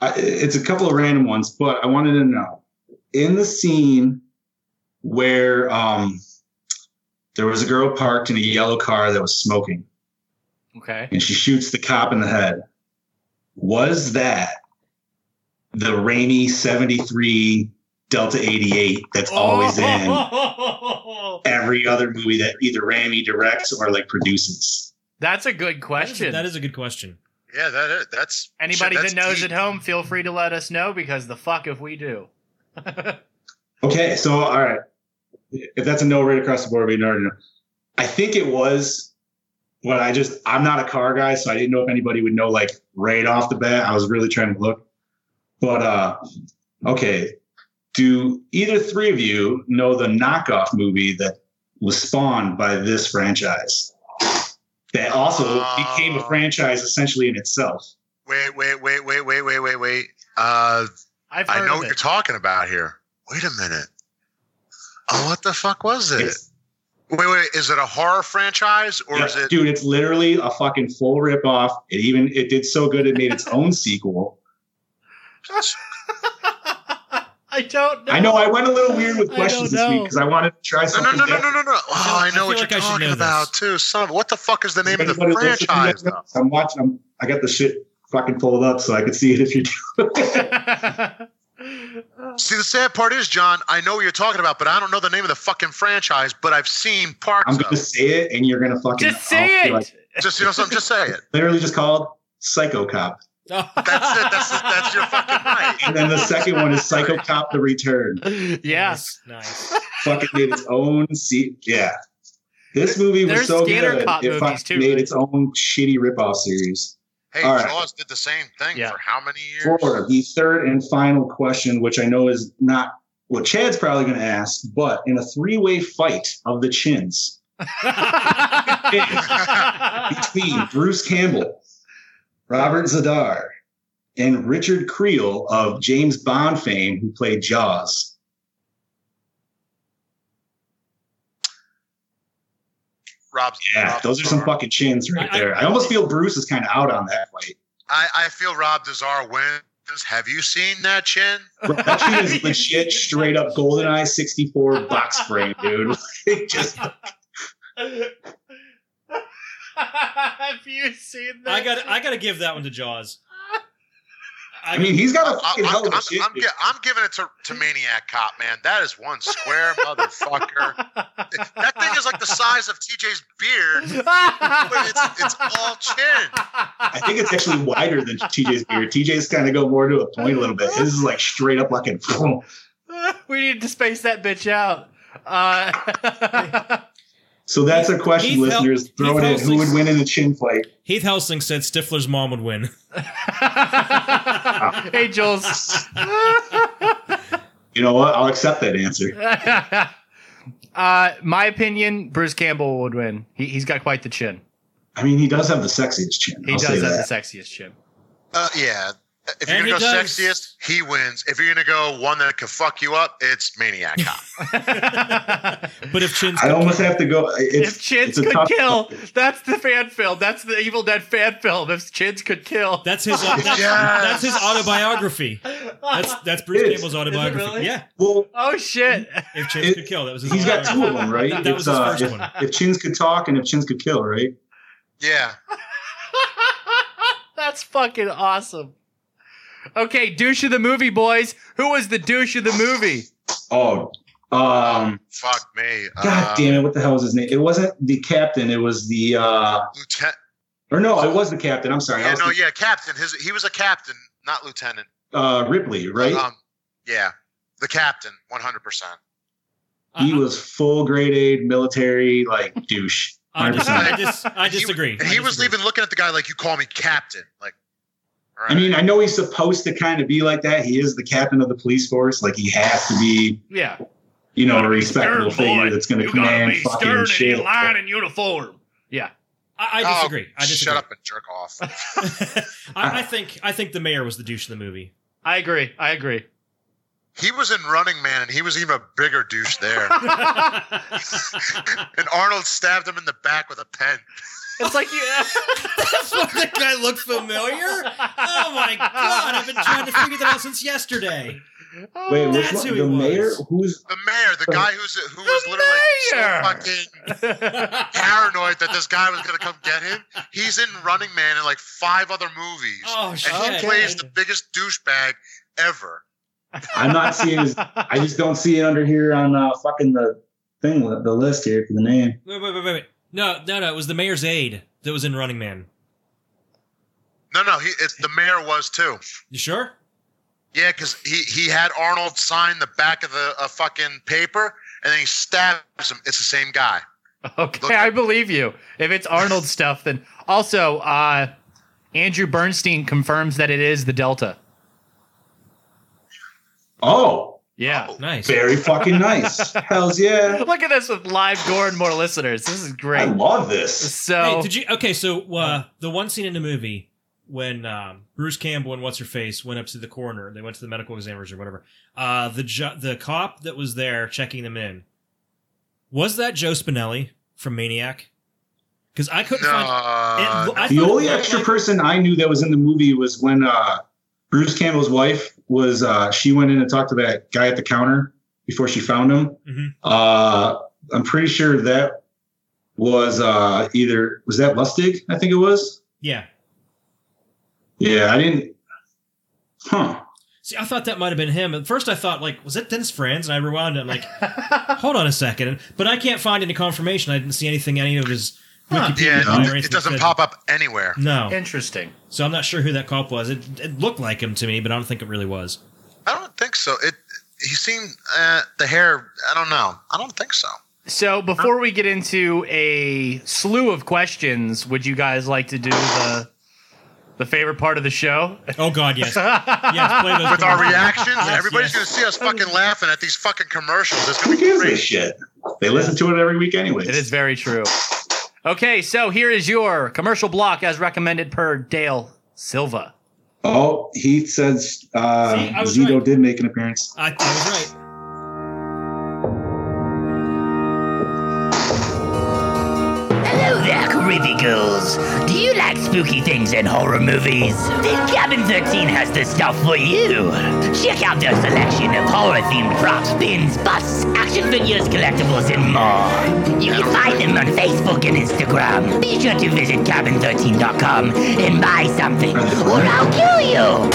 S6: I, it's a couple of random ones, but I wanted to know in the scene where um, there was a girl parked in a yellow car that was smoking,
S4: Okay.
S6: and she shoots the cop in the head. Was that the Raimi '73 Delta '88 that's always in every other movie that either Raimi directs or like produces?
S4: That's a good question.
S5: That is a good question.
S7: Yeah, that is, that's
S4: Anybody
S7: shit,
S4: that
S7: that's
S4: knows
S7: deep.
S4: at home, feel free to let us know because the fuck if we do.
S6: Okay, so all right, if that's a no right across the board, we already know. I think it was what I just. I'm not a car guy, so I didn't know if anybody would know like right off the bat. I was really trying to look, but uh, okay. Do either three of you know the knockoff movie that was spawned by this franchise? That also became
S7: Uh,
S6: a franchise essentially in itself.
S7: Wait, wait, wait, wait, wait, wait, wait, wait. Uh,
S4: I've heard
S7: I know
S4: of
S7: what
S4: it.
S7: you're talking about here. Wait a minute. Oh, what the fuck was it?
S6: It's-
S7: Wait, wait. Is it a horror franchise or
S6: Yeah,
S7: is it?
S6: dude, it's literally a fucking full ripoff. It even it did so good it made its own sequel.
S4: I don't know.
S6: I know I went a little weird with
S4: I
S6: questions
S4: don't
S6: this week
S4: know.
S6: because I wanted to try
S7: No,
S6: something.
S7: no, no, no,
S6: different.
S7: no, no, no. Oh, I
S5: I
S7: know
S5: feel
S7: what
S5: like I should
S7: you're talking
S5: know
S7: about
S5: this.
S7: too. Son of what the fuck is the name of the
S6: Anybody listening to
S7: franchise?
S6: that?
S7: Though?
S6: I'm watching. I'm, I got the shit fucking pulled up so I could see it if you do.
S7: See, the sad part is, John, I know what you're talking about, but I don't know the name of the fucking franchise, but I've seen parts
S6: I'm
S7: of
S6: gonna
S7: it.
S6: say it, and you're gonna fucking
S4: Just say
S6: I'll be
S4: it.
S6: like-
S7: Just, you know something? Just say it.
S6: literally just called Psycho Cop,
S7: That's it. That's, that's your fucking right.
S6: and then the second one is Psycho Cop: The Return.
S4: yes.
S5: Nice.
S6: fucking made its own seat. Yeah. This movie was
S4: There's
S6: so
S4: Skinner
S6: good.
S4: Cop
S6: It
S4: movies,
S6: fucking
S4: too,
S6: made
S4: right?
S6: its own shitty ripoff series.
S7: Hey,
S6: All right.
S7: Jaws did the same thing
S4: Yeah.
S7: for how many years?
S6: For the third and final question, which I know is not what Chad's probably going to ask, but in a three way fight of the chins between Bruce Campbell, Robert Zadar, and Richard Creel of James Bond fame, who played Jaws.
S7: Rob's,
S6: Yeah,
S7: Rob's
S6: those are some
S7: Czar.
S6: fucking chins right
S5: I- I-
S6: there. I almost feel Bruce is kind of out on that fight.
S7: I, I feel Rob Dazar wins. Have you seen that chin?
S6: Bro, that shit is legit, straight up GoldenEye 64 box frame, dude. It just
S4: Have you seen that?
S5: I got. I got to give that one to Jaws.
S6: I mean, he's got a
S7: I,
S6: fucking
S7: am
S6: hell of a shit. dude.
S7: giving it to, to Maniac Cop, man. That is one square motherfucker. That thing is like the size of TJ's beard.
S4: But
S7: it's- it's all chin.
S6: I think it's actually wider than TJ's beard. TJ's kind of go more to a point a little bit. This is like straight up like a
S4: we need to space that bitch out. Uh,
S6: So that's a question,
S5: Heath Hel-
S6: listeners. Throw it
S5: Heath
S6: in. Who would
S5: Helsley's-
S6: win in a chin fight?
S5: Heath Helsing said Stifler's mom would win.
S4: hey, Jules.
S6: You know what? I'll accept that answer.
S4: uh, my opinion, Bruce Campbell would win. He, he's got quite the chin.
S6: I mean, he does have the sexiest chin.
S4: He
S6: I'll
S4: does
S6: say
S4: have
S6: that.
S4: the sexiest chin.
S7: Uh, yeah. If
S5: And
S7: you're
S5: he
S7: gonna go
S5: does.
S7: sexiest, he wins. If you're gonna go one that could fuck you up, it's Maniac Cop.
S5: But if Chin's
S6: I almost have to go. uh, It's,
S4: if chins
S6: it's a
S4: could
S6: tough-
S4: kill, that's the fan film. That's the Evil Dead fan film. If chins could kill,
S5: that's his uh, that's,
S7: Yes.
S5: that's his autobiography. That's that's Bruce
S6: It is.
S5: Campbell's autobiography.
S4: really?
S5: Yeah.
S6: Well,
S4: oh shit!
S5: If Chin
S6: It-
S5: could kill, that was his
S6: he's got two of
S5: autobiography.
S6: them, right?
S5: That was
S6: It's,
S5: his
S6: uh,
S5: first
S6: if-
S5: one.
S6: If chins could talk and if chins could kill, right?
S7: Yeah.
S4: that's fucking awesome. Okay, douche of the movie, boys. Who was the douche of the movie?
S6: Oh, um,
S7: Fuck me.
S6: God
S7: Uh,
S6: damn it! What the hell was his name? It wasn't the captain. It was the uh,
S7: Lieutenant.
S6: or no, it was the captain. I'm sorry. I
S7: Yeah,
S6: was
S7: no, yeah, captain. His he was a captain, not lieutenant.
S6: the- uh, Ripley, right?
S7: Um, yeah, the captain, one hundred percent.
S6: he
S5: Uh-huh.
S6: was full grade A military like douche.
S5: I, dis-
S6: 100%.
S5: I, dis- I disagree.
S7: And he
S5: I
S7: was
S5: disagree.
S7: even looking at the guy like, "You call me captain?" Like, all
S6: I
S7: right.
S6: mean, I know he's supposed to kind of be like that. He is the captain of the police force. Like he has to be,
S4: Yeah,
S6: you know, a
S4: Stern
S6: respectable figure
S4: boy.
S6: that's going to command fucking shit.
S4: in uniform. Yeah,
S5: I, I
S7: Oh,
S5: disagree. I disagree.
S7: shut up and jerk off.
S5: I, I think I think the mayor was the douche of the movie.
S4: I agree. I agree.
S7: he was in Running Man, and he was even a bigger douche there. and Arnold stabbed him in the back with a pen.
S4: It's like you.
S5: That's why that guy looked familiar. Oh my god! I've been trying to figure that out since yesterday.
S6: Wait, which
S5: Oh, that's
S6: one?
S5: who
S6: The
S5: he
S6: mayor?
S5: was.
S6: Who's
S7: The mayor, the guy who's who was literally
S4: mayor!
S7: like so fucking paranoid that this guy was gonna come get him. He's in Running Man and like five other movies,
S5: Oh shit!
S7: and he plays the biggest douchebag ever.
S6: I'm not seeing his. I just don't see it under here on uh, fucking the thing, the list here for the name.
S5: Wait, wait, wait, wait, wait. No, no, no. It was the mayor's aide that was in Running Man.
S7: No, no, he, it's the mayor was too.
S5: You sure?
S7: Yeah, because he, he had Arnold sign the back of the uh, fucking paper, and then he stabs him. It's the same guy. Look-
S4: Okay, I believe you. If it's Arnold stuff, then also uh, Andrew Bernstein confirms that it is the Delta.
S6: Oh,
S4: Yeah.
S5: Nice.
S6: very fucking nice. Hell's yeah!
S4: Look at this with live gore and more listeners. This is
S6: Oh. I
S4: great.
S6: love this.
S4: So
S5: Hey, did you? Okay, so uh, the one scene in the movie when um, Bruce Campbell and what's her face went up to the coroner, they went to the medical examiners or whatever. Uh, the ju- the cop that was there checking them in was that Joe Spinelli from Maniac? Because I couldn't
S7: No,
S5: find.
S7: Uh,
S5: It, lo- I
S6: The
S5: thought it
S6: only
S5: looked
S6: extra
S5: like-
S6: person I knew that was in the movie was when uh, Bruce Campbell's wife was. Uh, she went in and talked to that guy at the counter before she found him.
S5: Mhm.
S6: Uh, I'm pretty sure that was uh, either was that Lustig? I think it was.
S5: Yeah.
S6: Yeah, I didn't. Huh.
S5: See, I thought that might have been him. At first, I thought like, was it Dennis Franz? And I rewound it. I'm like, hold on a second. But I can't find any confirmation. I didn't see anything any of his
S4: Huh.
S7: yeah,
S5: Wikipedia or
S7: it-
S5: anything
S7: it doesn't
S5: said.
S7: pop up anywhere.
S5: No.
S4: interesting.
S5: So I'm not sure who that cop was. It, it looked like him to me, but I don't think it really was.
S7: I don't think so. It he seemed uh, the hair. I don't know. I don't think so.
S4: So before we get into a slew of questions, would you guys like to do the the favorite part of the show?
S5: Oh God, yes, yes. Play those
S7: With our
S5: commercials.
S7: reactions,
S5: Yes, yes.
S7: everybody's going to see us fucking laughing at these fucking commercials. It's
S6: Who
S7: going to be
S6: gives a
S7: great.
S6: shit? They listen to it every week anyway.
S4: It is very true. Okay, so here is your commercial block as recommended per Dale Silva.
S6: Oh, he says uh,
S5: See, I was
S6: Zito
S5: right.
S6: did make an appearance.
S5: I, I was right.
S12: Hello there, Caribicals. Do you like spooky things and horror movies? Then Cabin 13 has the stuff for you. Check out their selection of horror-themed props, pins, busts, action figures, collectibles, and more. You can find them on Facebook and Instagram. Be sure to visit cabin13.com and buy something, or I'll kill you.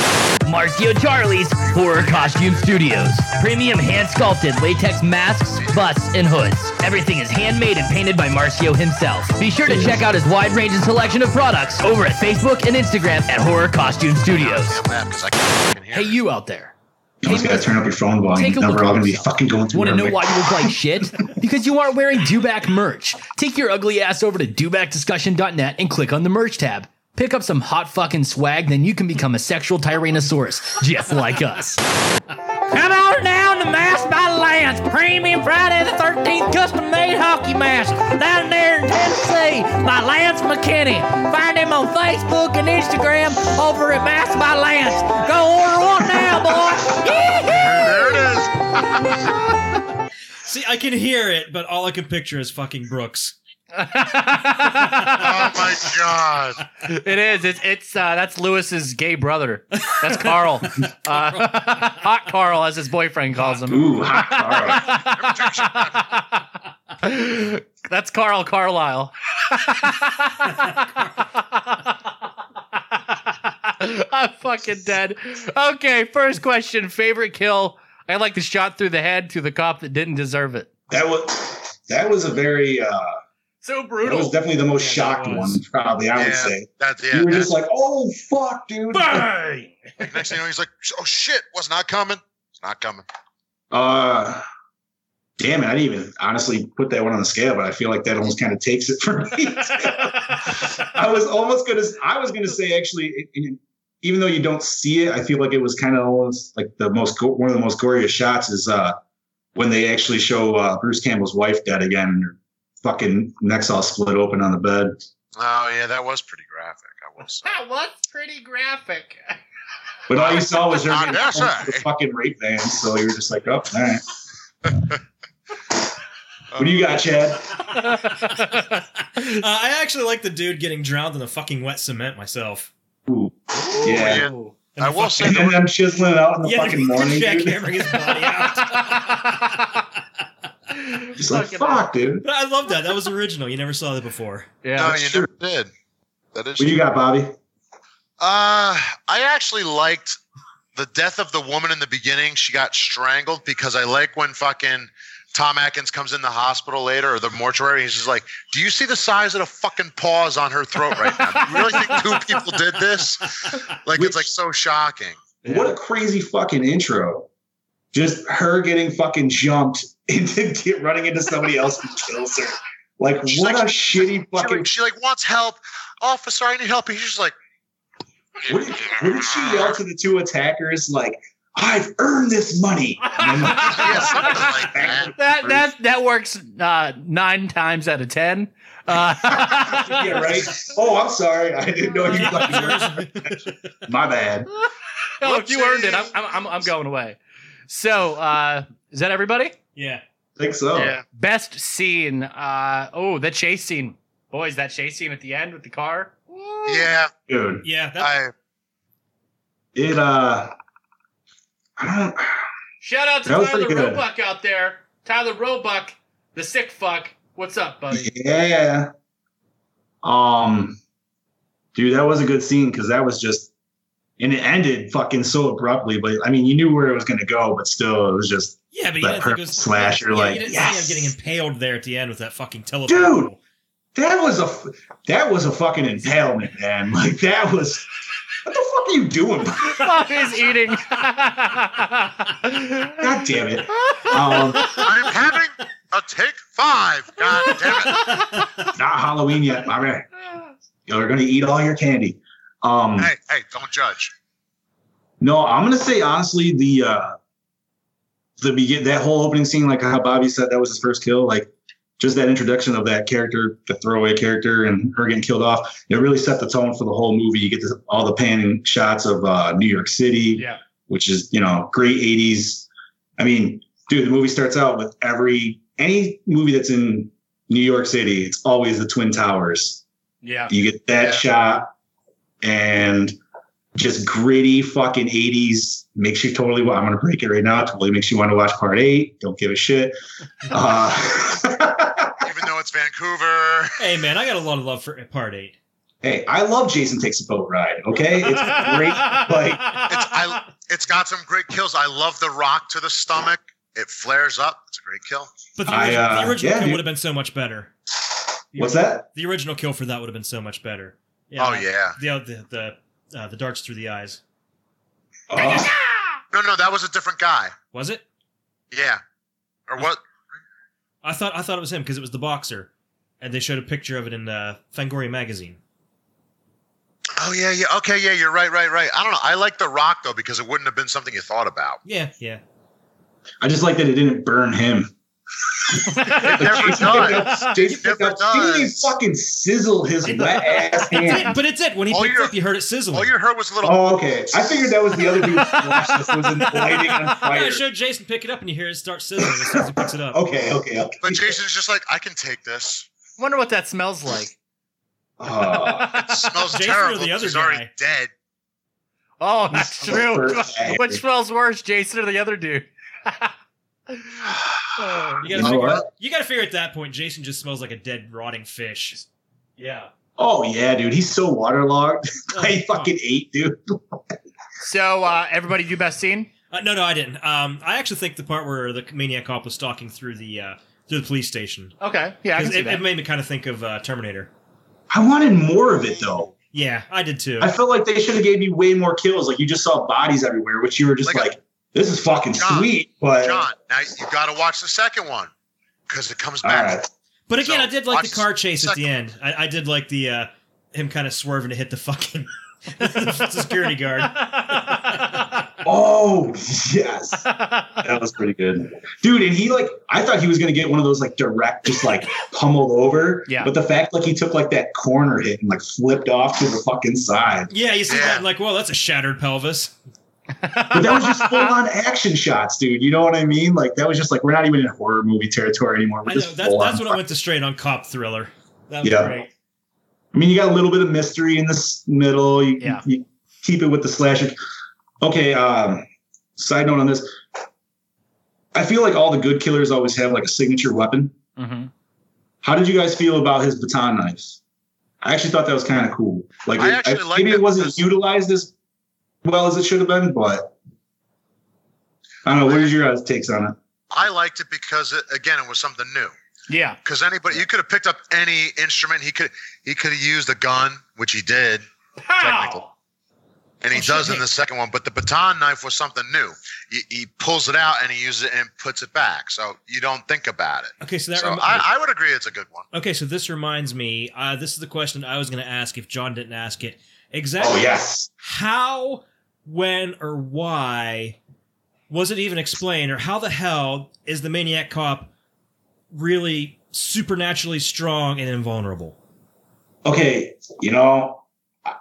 S12: Marcio Charlie's Horror Costume Studios. Premium hand sculpted latex masks, busts, and hoods. Everything is handmade and painted by Marcio himself. Be sure to check out his wide range and selection of products over at Facebook and Instagram at Horror Costume Studios.
S7: Damn laugh, 'cause I can't fucking hear
S4: Hey,
S7: it.
S4: you out there.
S6: You always got to turn up your phone volume.
S12: Take a
S6: Now
S12: look
S6: we're
S12: at
S6: all going to be
S12: yourself.
S6: fucking going through
S12: Want to
S6: our
S12: know
S6: ma-
S12: why you look like shit? Because you aren't wearing Dubac merch. Take your ugly ass over to DubacDiscussion.net and click on the merch tab. Pick up some hot fucking swag, then you can become a sexual tyrannosaurus, just like us. Come on down to Mass by Lance, premium Friday the 13th custom made hockey mask down there in Tennessee by Lance McKinney. Find him on Facebook and Instagram over at Mass by Lance. Go order one now, boy. Yee-hoo!
S7: There it is.
S5: See, I can hear it, but all I can picture is fucking Brooks.
S7: Oh my god.
S4: It is. It's it's uh, that's Lewis's gay brother. That's Carl. Uh, hot Carl, as his boyfriend calls him.
S6: Ooh, hot car.
S4: that's Carl Carlisle. I'm fucking dead. Okay, first question. Favorite kill. I like the shot through the head to the cop that didn't deserve it.
S6: that was that was a very uh,
S4: So
S6: that was
S4: brutal.
S6: definitely the most
S5: Yeah, that
S6: shocked
S5: was.
S6: one. Probably, I would
S7: Yeah.
S6: say.
S7: That's
S6: you
S7: yeah.
S6: were
S7: that's-
S6: just like, oh fuck, dude.
S4: Bang!
S7: like, next thing you know, he's like, "Oh shit, was not coming. It's not coming."
S6: Uh, damn it! I didn't even honestly put that one on the scale, but I feel like that almost kind of takes it for me. I was almost gonna. I was gonna say actually, it- it- even though you don't see it, I feel like it was kind of almost like the most go- one of the most goriest shots is uh when they actually show uh, Bruce Campbell's wife dead again and her fucking neck's all split open on the bed.
S7: Oh yeah, that was pretty graphic. I will say.
S4: That was pretty graphic.
S6: But all you saw was her
S7: Ah, that's
S6: the fucking rape van, so you were just like, oh, all right. What do you got, Chad?
S5: Uh, I actually like the dude getting drowned in the fucking wet cement myself.
S6: Ooh.
S7: Oh,
S6: Yeah.
S5: And the fucking-
S6: and then I'm chiseling out in the
S5: yeah,
S6: fucking morning.
S5: Jack
S6: dude.
S5: hammering his body out.
S6: Just like, fuck, dude.
S5: But I love that. That was original. You never saw that before.
S4: Yeah,
S7: no, you never did. That is
S6: What you got, Bobby?
S7: Uh, I actually liked the death of the woman in the beginning. She got strangled because I like when fucking Tom Atkins comes in the hospital later or the mortuary. He's just like, "Do you see the size of the fucking paws on her throat right now? Do you really think two people did this? Like, it's like so shocking."
S6: What a crazy fucking intro. Just her getting fucking jumped into get, running into somebody else who kills her. Like what a shitty
S7: She
S6: fucking.
S7: like, she like wants help, officer. I need help. He's just like,
S6: What did, what did she yell to the two attackers? Like, I've earned this money. And then-
S7: yeah, something like that.
S4: That that that works uh, nine times out of ten. Uh,
S6: yeah, right. Oh, I'm sorry. I didn't know you. Fucking My bad.
S4: no, if you earned it, I'm, I'm, I'm, I'm going away. So, uh, is that everybody?
S5: Yeah.
S6: I think so.
S7: Yeah.
S4: Best scene. Uh, oh, the chase scene. Boys, that chase scene at the end with the car.
S7: Yeah,
S6: Dude,
S5: Yeah. That,
S7: I
S6: it uh, I don't.
S4: Shout out to
S6: That was
S4: Tyler
S6: pretty good.
S4: Roebuck out there. Tyler Roebuck, the sick fuck. What's up, buddy?
S6: Yeah. Um, dude, that was a good scene because that was just, and it ended fucking so abruptly. But I mean, you knew where it was going to go, but still, it was just,
S5: yeah, but you
S6: That
S5: didn't think it was
S6: perfect slasher,
S5: yeah,
S6: like,
S5: you didn't
S6: yes.
S5: see him getting impaled there at the end with that fucking telephone.
S6: Dude!
S5: pole.
S6: that was a, f- that was a fucking impalement, man. Like that was, what the fuck are you doing? bro?
S4: Bob is eating.
S6: God damn it. Um,
S7: I'm having a take five. God damn it!
S6: not Halloween yet, my man. You're going to eat all your candy. Um,
S7: Hey, hey, don't judge.
S6: No, I'm gonna say honestly, the uh the begin that whole opening scene, like how Bobby said that was his first kill, like just that introduction of that character, the throwaway character, and her getting killed off, it really set the tone for the whole movie. You get this, all the panning shots of uh, New York City,
S4: Yeah.
S6: which is you know great '80s. I mean, dude, the movie starts out with every any movie that's in New York City, it's always the Twin Towers
S4: Yeah.
S6: you get that
S7: Yeah.
S6: shot and just gritty fucking 80s makes you totally wa- i'm gonna break it right now totally makes you want to watch part eight don't give a shit uh,
S7: Even though it's Vancouver.
S5: Hey man, I got a lot of love for part eight.
S6: hey i love jason takes a boat ride okay it's great like
S7: It's I. It's got some great kills. I love the rock to the stomach. It flares up. It's a great kill.
S5: But the
S6: I,
S5: original,
S6: uh,
S5: the original
S6: yeah,
S5: kill
S6: dude.
S5: would have been so much better. The
S6: what's
S5: ori-
S6: that
S5: The original kill for that would have been so much better.
S7: Oh yeah.
S5: The the the, uh, the darts through the eyes.
S6: Oh,
S7: No, no, that was a different guy.
S5: Was it?
S7: Yeah. Or what?
S5: I thought I thought it was him because it was the boxer, and they showed a picture of it in uh, Fangoria magazine.
S7: Oh yeah, yeah. Okay, yeah. You're right, right, right. I don't know. I like the rock though because it wouldn't have been something you thought about.
S5: Yeah, yeah.
S6: i just like that it didn't burn him
S7: It never does.
S6: jason picked
S7: never
S6: up dude, he
S7: does.
S6: fucking sizzled his wet ass
S5: It's
S6: hand
S5: it, but it's it. When he
S7: All
S5: picked
S7: your-
S5: up, you heard it sizzling.
S7: All you heard was a little.
S6: oh okay i figured that was the other dude's flash that was in lighting on
S5: yeah,
S6: fire
S5: it showed Jason pick it up, and you hear it start sizzling as soon as he picks it up.
S6: okay okay okay
S7: But Jason's just like, I can take this.
S4: Wonder what that smells like.
S6: Oh.
S7: Smells
S5: Jason or
S7: terrible.
S5: the other
S7: He's already
S5: guy?
S7: dead.
S4: oh, that's
S6: He's
S4: true.
S6: so
S4: Which smells worse, Jason or the other dude? Oh,
S5: You
S6: You know
S5: gotta, figure,
S6: what?
S5: you gotta figure at that point, Jason just smells like a dead, rotting fish. Yeah.
S6: Oh yeah, dude, he's so waterlogged.
S5: Oh,
S6: I
S5: fuck.
S6: fucking ate, dude.
S4: so, uh, everybody do best scene?
S5: Uh, no, no, I didn't. Um, I actually think the part where the maniac cop was stalking through the uh, through the police station.
S4: Okay. Yeah, I can
S5: 'Cause
S4: see
S5: it,
S4: that.
S5: it made me kind of think of uh, Terminator.
S6: I wanted more of it though.
S5: Yeah, I did too.
S6: I felt like they should have gave you way more kills. Like you just saw bodies everywhere, which you were just
S7: Like a-
S6: like, "This is fucking
S7: John,
S6: sweet." But
S7: John, now you got to watch the second one because it comes
S6: all
S7: back.
S6: right,
S5: but again,
S7: so,
S5: I did like the
S7: watch
S5: car chase at
S7: second.
S5: the end. I, I did like the uh, him kind of swerving to hit the fucking security guard.
S6: oh yes, that was pretty good, dude. And he like, I thought he was gonna get one of those like direct, just like pummeled over.
S4: Yeah.
S6: But the fact like he took like that corner hit and like flipped off to the fucking side.
S5: Yeah, you see
S7: Yeah.
S5: that? Like, well, that's a shattered pelvis.
S6: But that was just full on action shots, dude. You know what I mean? Like that was just like we're not even in horror movie territory anymore. We're
S5: I know,
S6: just
S5: that's, that's
S6: full on
S5: what I went to straight on cop thriller. That was
S6: Yeah.
S5: great.
S6: I mean, you got a little bit of mystery in the s- middle. You, you keep it with the slasher. Okay. Um, side note on this, I feel like all the good killers always have like a signature weapon.
S4: Mm-hmm.
S6: How did you guys feel about his baton knives? I actually thought that was kind of cool. Like,
S7: I
S6: it-
S7: actually like
S6: maybe
S7: that
S6: it wasn't utilized as well as it should have been, but I don't know. What is your guys' takes on it?
S7: I liked it because it, again, it was something new.
S4: Yeah.
S7: Because anybody, you could have picked up any instrument. He could he could have used a gun, which he did. Technically. And he does in the second one, but the baton knife was something new. He, he pulls it out and he uses it and puts it back, so you don't think about it.
S5: Okay, so that
S7: so
S5: remi-
S7: I, I would agree it's a good one.
S5: Okay, so this reminds me. Uh, this is the question I was going to ask if John didn't ask it. Exactly.
S6: Oh, yes.
S5: How, when, or why was it even explained, or how the hell is the maniac cop really supernaturally strong and invulnerable?
S6: okay, you know, I-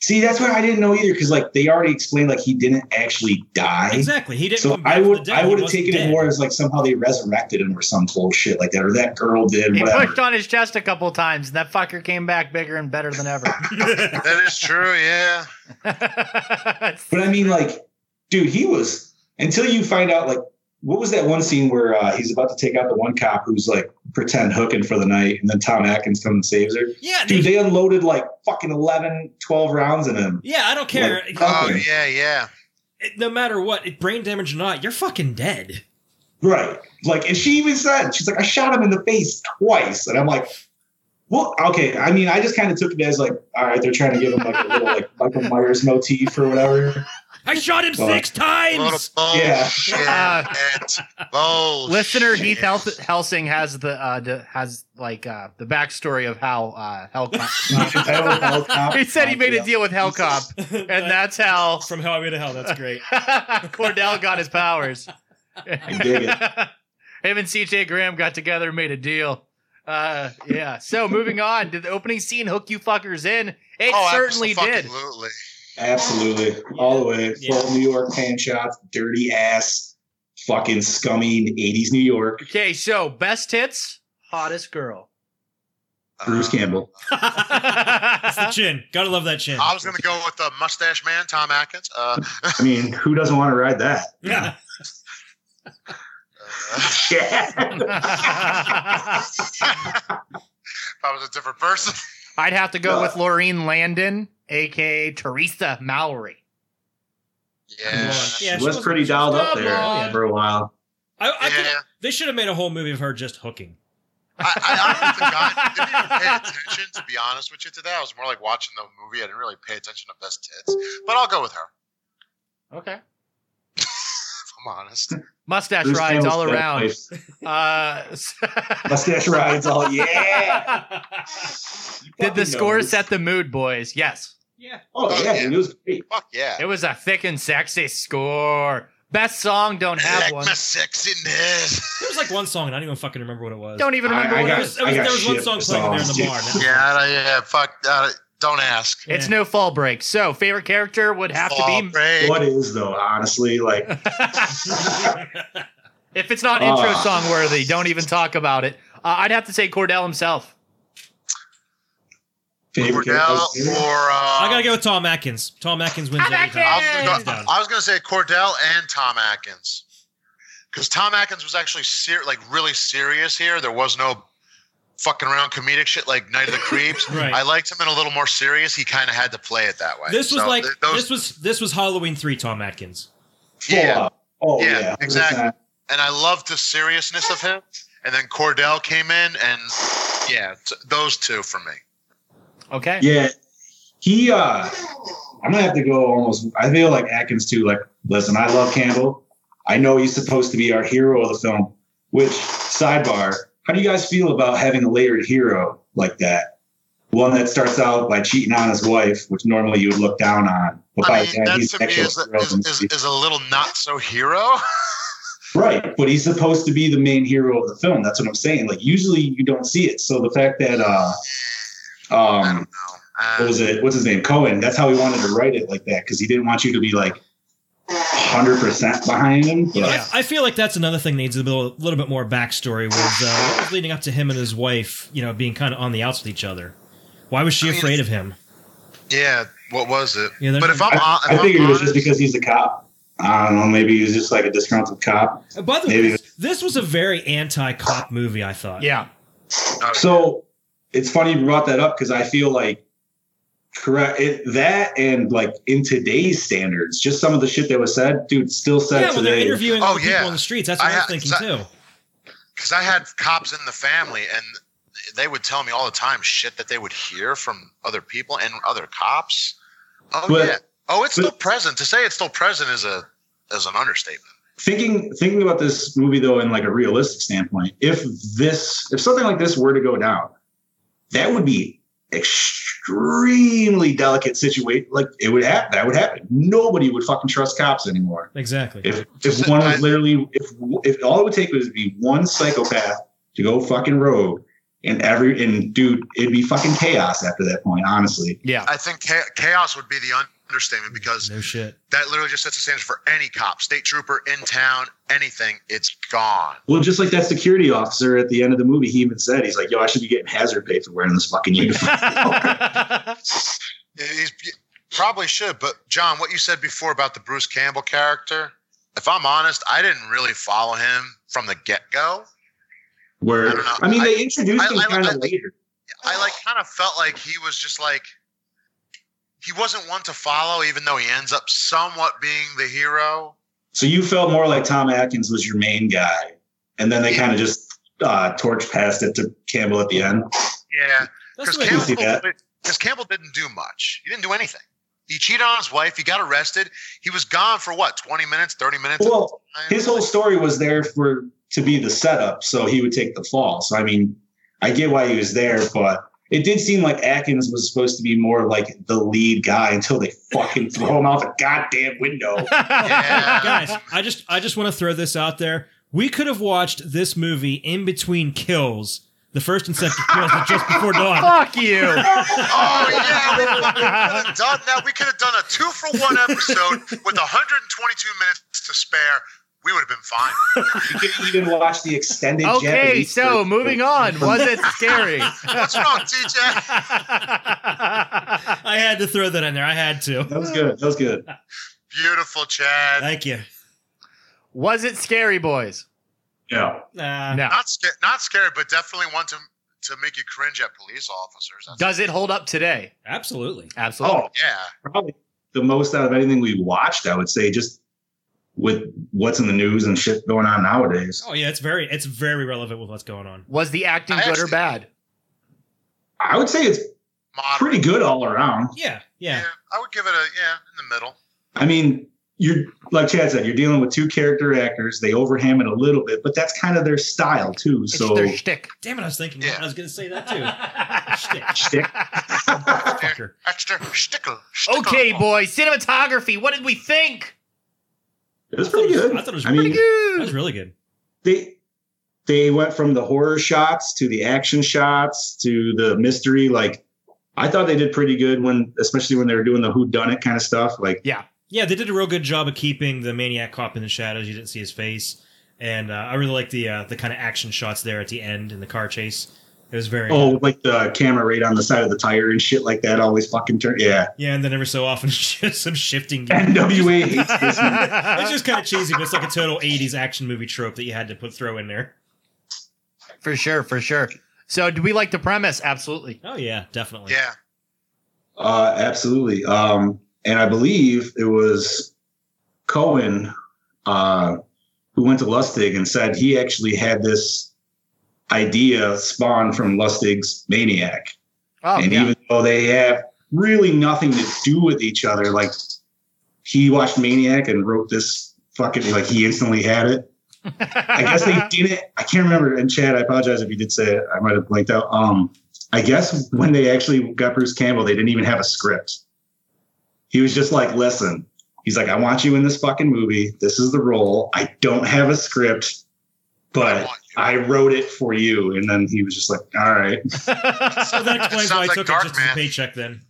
S6: see, that's what I didn't know either because like they already explained like he didn't actually die.
S5: Exactly, he didn't
S6: So
S5: come back
S6: I
S5: from
S6: would
S5: the dead,
S6: I would
S5: he
S6: have
S5: wasn't
S6: taken
S5: dead.
S6: it more as like somehow they resurrected him or some close shit like that or that girl did.
S4: He
S6: Whatever.
S4: pushed on his chest a couple times, and that fucker came back bigger and better than ever.
S7: that is true. Yeah.
S6: But I mean, like, dude, he was until you find out like what was that one scene where uh, he's about to take out the one cop who's like pretend hooking for the night and then Tom Atkins comes and saves her.
S5: Yeah,
S6: dude, they unloaded like fucking 11, 12 rounds in him.
S5: Yeah, I don't care.
S6: Like, Oh, nothing.
S7: yeah, yeah.
S5: no matter what, it- brain damage or not, you're fucking dead.
S6: Right. Like, and she even said, she's like, I shot him in the face twice. And I'm like, well, okay. I mean, I just kind of took it as like, all right, they're trying to give him like a little like Michael Myers motif or whatever.
S5: I shot him
S6: Well,
S5: six times.
S6: Yeah.
S4: Listener Heath Hels- Helsing has the uh, the- has like uh, the backstory of how uh, Hellcop.
S5: Hellcop.
S4: he said he made a deal with Hellcop, and that's how
S5: from Hell I Made to Hell. That's great.
S4: Cordell got his powers.
S6: dig
S4: Him and CJ Graham got together and made a deal. Uh, yeah. So moving on, did the opening scene hook you fuckers in? It
S7: Oh,
S4: certainly did.
S7: Absolutely.
S6: Absolutely. All the way. Full New York pan shots, dirty ass, fucking scummy 80s New York.
S4: Okay, so best hits, hottest girl.
S7: Uh,
S6: Bruce Campbell.
S5: That's the chin. Gotta love that chin.
S7: I was gonna go with the mustache man, Tom Atkins. Uh,
S6: I mean, who doesn't want to ride that?
S5: Yeah.
S7: if I was a different person.
S4: I'd have to go with Laureen Landon, aka Teresa Mallory.
S7: Yeah.
S5: Yeah,
S6: she
S5: she
S6: was
S5: was-
S6: pretty dialed up
S4: Come
S6: there
S4: on.
S6: for a while.
S5: I, I could, they should have made a whole movie of her just hooking.
S7: didn't even pay attention, to be honest with you, today. I was more like watching the movie. I didn't really pay attention to best tits, but I'll go with her.
S4: Okay.
S7: If I'm honest.
S4: Mustache
S7: Bruce
S4: rides
S7: Campbell's
S4: all
S7: better
S4: around.
S7: place.
S4: Uh,
S6: Mustache rides all. Yeah.
S4: Did the
S6: fucking
S4: score
S6: knows.
S4: set the mood, boys? Yes.
S6: Oh, yeah, dude, it was great.
S7: Fuck yeah.
S4: It was a thick and sexy score. Best song, don't have one.
S7: sexiness.
S5: There was like one song, and I don't even fucking remember what it was.
S4: Don't even remember I- I what it got- was.
S5: There was, there was one song playing there in the bar. and that-
S7: Yeah, I don't- yeah. Fuck. Uh, don't ask.
S4: It's no fall break. So, favorite character would have to be.
S6: What is though? Honestly, like
S4: If it's not intro
S6: Ah.
S4: song worthy, don't even talk about it. Uh, I'd have to say Cordell himself.
S6: favorite
S7: Cordell
S6: characters?
S7: or uh,
S5: I gotta go with Tom Atkins. Tom Atkins wins
S4: Tom
S5: every time.
S7: I was
S5: Hands
S7: gonna
S5: down.
S7: go- I was going to say Cordell and Tom Atkins because Tom Atkins was actually ser- like really serious here. There was no fucking around comedic shit like Night of the Creeps.
S5: Right.
S7: I liked him in a little more serious. He kind of had to play it that way.
S5: This was
S7: So
S5: like
S7: th- those-
S5: this was this was Halloween three. Tom Atkins.
S7: yeah,
S6: Oh
S7: yeah,
S6: yeah,
S7: exactly. And I loved the seriousness of him. And then Cordell came in, and yeah, t- those two for me.
S4: Okay.
S6: Yeah, he. uh I'm gonna have to go almost. I feel like Atkins too. Like, listen, I love Campbell. I know he's supposed to be our hero of the film. Which sidebar? How do you guys feel about having a layered hero like that? One that starts out by cheating on his wife, which normally you would look down on. But by
S7: I
S6: the time
S7: mean, that
S6: he's
S7: to me
S6: actually
S7: is,
S6: a hero
S7: is, is, is a little not so hero.
S6: Right, but he's supposed to be the main hero of the film. That's what I'm saying. Like usually you don't see it. So the fact that uh um what was it? What's his name? Cohen. That's how he wanted to write it like that because he didn't want you to be like hundred percent behind him.
S5: You know,
S6: But
S5: I, I feel like that's another thing that needs a little, little bit more backstory was uh, what was leading up to him and his wife, you know, being kind of on the outs with each other. Why was she afraid of him?
S7: Yeah, what was it?
S5: Yeah, there's-
S7: but if I'm,
S5: I-
S7: hon-
S6: I
S7: if
S6: figured
S7: I'm
S6: it was
S7: honest,
S6: just because he's a cop. I don't know. Maybe he was just like a disgruntled cop.
S5: Uh, By the way,
S6: Maybe-
S5: this, this was a very anti-cop movie. I thought.
S4: Yeah.
S6: So it's funny you brought that up because I feel like correct it, that and like in today's standards, just some of the shit that was said, dude, still said
S5: Yeah, when they're
S6: today.
S5: interviewing
S7: Oh,
S5: the people
S7: yeah.
S5: on the streets, that's what I,
S7: I
S5: was
S7: ha-
S5: thinking
S7: so-
S5: too.
S7: because I had cops in the family, and they would tell me all the time shit that they would hear from other people and other cops. Oh
S6: But-
S7: yeah. Oh, it's still present. To say it's still present is a is an understatement.
S6: thinking thinking about this movie though in like a realistic standpoint if this if something like this were to go down that would be extremely delicate situation like it would happen that would happen nobody would fucking trust cops anymore
S5: Exactly.
S6: if if one was literally if if all it would take was be one psychopath to go fucking rogue and every and dude it'd be fucking chaos after that point honestly
S4: Yeah.
S7: I think cha- chaos would be the un- understatement because
S5: No shit.
S7: that literally just sets the standard for any cop, state trooper in town, anything. It's gone.
S6: Well, just like that security officer at the end of the movie, he even said, he's like, yo, I should be getting hazard pay for wearing this fucking uniform.
S7: He's, he probably should, but John, what you said before about the Bruce Campbell character, if I'm honest, I didn't really follow him from the get go.
S6: Where,
S7: I don't know.
S6: I, mean,
S7: I-
S6: they introduced
S7: I-
S6: him
S7: I-
S6: kind
S7: I-
S6: of later.
S7: I like kind of felt like he was just like he wasn't one to follow, even though he ends up somewhat being the hero.
S6: So you felt more like Tom Atkins was your main guy. And then they kind of just uh, torch passed it to Campbell at the end.
S7: Yeah,
S5: That's
S7: because
S5: the way
S6: I see
S7: Campbell, because Campbell didn't do much. He didn't do anything. He cheated on his wife. He got arrested. He was gone for what, twenty minutes, thirty minutes?
S6: Well, his whole story was there for to be the setup, so he would take the fall. So I mean, I get why he was there, but it did seem like Atkins was supposed to be more like the lead guy until they fucking throw him out the goddamn window.
S5: guys i just i just want to throw this out there we could have watched this movie in between kills the first and second kills but just before dawn
S4: Fuck you.
S7: Oh yeah, we could have done that. We could have done a two for one episode with 122 minutes to spare. We would have been fine.
S6: You couldn't even watch the extended.
S4: Okay,
S6: Japanese
S4: so
S6: version.
S4: moving on. Was it scary?
S7: What's wrong, TJ?
S5: i had to throw that in there i had to
S6: That was good. That was good.
S7: Beautiful, Chad.
S5: thank you
S4: Was it scary, boys?
S6: Yeah.
S5: nah.
S4: No.
S7: Not sca- not scary, but definitely one to to make you cringe at police officers. That's-
S4: Does it hold up today?
S5: absolutely
S4: Absolutely.
S6: Oh,
S7: yeah.
S6: probably the most out of anything we watched, I would say, just with what's in the news and shit going on nowadays.
S5: oh yeah it's very it's very relevant with what's going on
S4: Was the acting
S7: I
S4: good or
S7: actually-
S4: bad?
S6: I would say it's
S7: Moderate.
S6: pretty good all around.
S5: yeah yeah
S7: I would give it a yeah in the middle.
S6: I mean, you're like Chad said, you're dealing with two character actors. They overham it a little bit, but that's kind of their style too.
S4: It's
S6: So
S4: their shtick.
S5: damn it i was thinking
S7: Yeah.
S5: i was gonna say that too Shit,
S6: shtick.
S5: fucker.
S7: Extra stickle. stickle.
S4: Okay, boys. Cinematography. What did we think?
S6: It was pretty good.
S5: I thought it was
S6: I mean,
S5: that was really good
S6: they they went from the horror shots to the action shots to the mystery. Like, I thought they did pretty good when, especially when they were doing the who done it kind of stuff. Like,
S5: Yeah, they did a real good job of keeping the maniac cop in the shadows. You didn't see his face, and uh, I really like the uh, the kind of action shots there at the end in the car chase. It was very
S6: oh, like the camera right on the side of the tire and shit like that. Always fucking turn. Yeah,
S5: yeah, and then every so often just some shifting. gear.
S6: NWA hates this. movie.
S5: It's just kind of cheesy, but it's like a total '80s action movie trope that you had to put throw in there.
S4: For sure, for sure. So, do we like the premise? Absolutely.
S5: Oh yeah, definitely.
S7: Yeah.
S6: Uh, absolutely. Um, and I believe it was Cohen uh, who went to Lustig and said he actually had this idea spawned from Lustig's Maniac.
S4: Oh,
S6: and
S4: yeah.
S6: even though they have really nothing to do with each other, like he watched Maniac and wrote this fucking like he instantly had it. I guess they did it. I can't remember. And Chad, I apologize if you did say it. I might have blanked out. Um, I guess when they actually got Bruce Campbell, they didn't even have a script. He was just like, "Listen," he's like, "I want you in this fucking movie. This is the role. I don't have a script,
S7: I
S6: but
S7: want you.
S6: I wrote it for you." And then he was just like, "All right."
S5: So that explains
S7: Sounds
S5: why I
S7: like
S5: took
S7: Dark
S5: it just as
S7: Man.
S5: a paycheck then.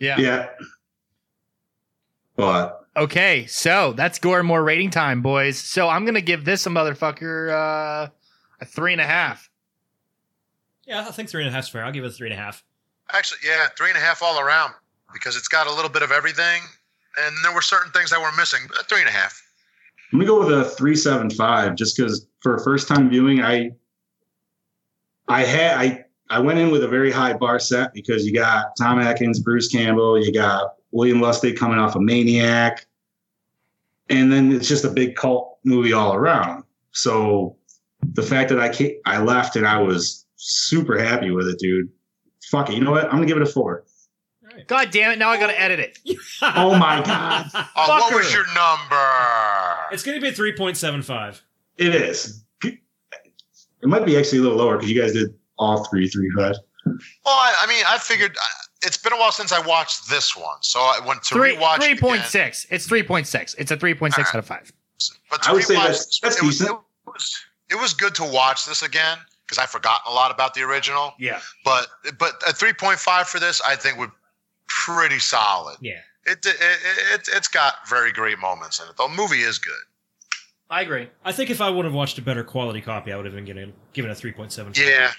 S4: Yeah.
S6: Yeah. But
S4: Okay, so that's Gore Moore rating time, boys. So I'm gonna give this a motherfucker uh, a three and a half.
S5: Yeah, I think three and a half's fair. I'll give it a three and a half.
S7: Actually, yeah, three and a half all around because it's got a little bit of everything, and there were certain things that were missing. But three and a half.
S6: I'm gonna go with a three seven five, just because for first time viewing, I I had I I went in with a very high bar set because you got Tom Atkins, Bruce Campbell, you got William Lustig coming off a Maniac, and then it's just a big cult movie all around. So the fact that I ca I left and I was super happy with it, dude. Fuck it, you know what? I'm gonna give it a four.
S4: God damn it! Now I gotta edit it.
S6: Oh my god,
S7: Oh, what was your number?
S5: It's going to be a 3.75.
S6: it is. It might be actually a little lower because you guys did all three three five.
S7: Well, I, I mean, I figured uh, it's been a while since I watched this one, so I went to
S4: Three
S7: rewatch.
S4: three
S7: it again.
S4: point six. It's three point six. It's a three point six out of five.
S7: But to
S6: I would say
S7: rewatch
S6: that's-
S7: this,
S6: that's
S7: it, was, it
S6: decent.
S7: was it was good to watch this again because I forgotten a lot about the original.
S4: Yeah.
S7: But but a three point five for this, I think would pretty solid.
S5: Yeah.
S7: It, it it it's got very great moments in it. The movie is good.
S4: I agree.
S5: I think if I would have watched a better quality copy, I would have been given given a 3.75.
S7: Yeah.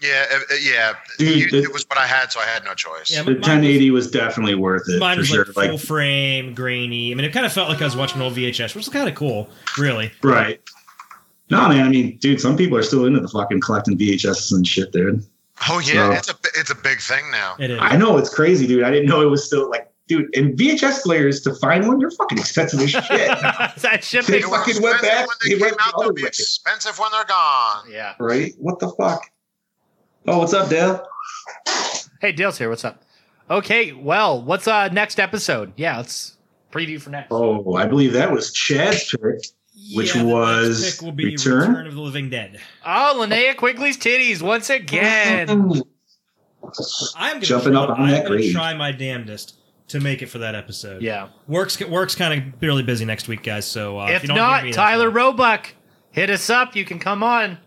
S7: Yeah, it- it- yeah.
S6: Dude,
S7: You-
S6: the-
S7: it was what I had, so I had no choice.
S5: Yeah,
S6: The
S5: but mine,
S6: 1080 was definitely worth it
S5: mine
S6: for
S5: was
S6: sure.
S5: like
S6: Like,
S5: full frame, grainy. I mean, it kind of felt like I was watching an old VHS, which was kind of cool, really.
S6: right? No, man. I mean, dude, some people are still into the fucking collecting VHSs and shit, dude.
S7: Oh
S6: So-
S7: yeah, it's a it's a big thing now.
S5: It is.
S6: I know it's crazy, dude. I didn't know it was still like, dude. And VHS players to find one, they're fucking expensive as shit,
S4: that
S6: They
S4: shipping.
S7: They were
S6: fucking went
S7: expensive
S6: back,
S7: When
S6: they
S7: they
S6: went
S7: came out,
S6: the
S7: they'll
S6: other
S7: be
S6: way.
S7: expensive when they're gone.
S4: Yeah.
S6: right? What the fuck? Oh, what's up, Dale?
S4: Hey, Dale's here. What's up? Okay. Well, what's uh next episode? Yeah, let's preview for next.
S6: Oh, I believe that was Chad's pick. Which
S5: the next
S6: was
S5: pick will be
S6: Return?
S5: Return of the Living Dead.
S4: Oh, Linnea Quigley's titties once again.
S5: I'm gonna
S6: Jumping
S5: try,
S6: up on
S5: I'm
S6: that
S5: gonna
S6: grade.
S5: try my damnedest to make it for that episode.
S4: yeah.
S5: Work's work's kind of really busy next week, guys. So uh,
S4: If
S5: you don't hear
S4: not,
S5: me, that's
S4: Tyler
S5: fine.
S4: Roebuck, hit us up. You can come on.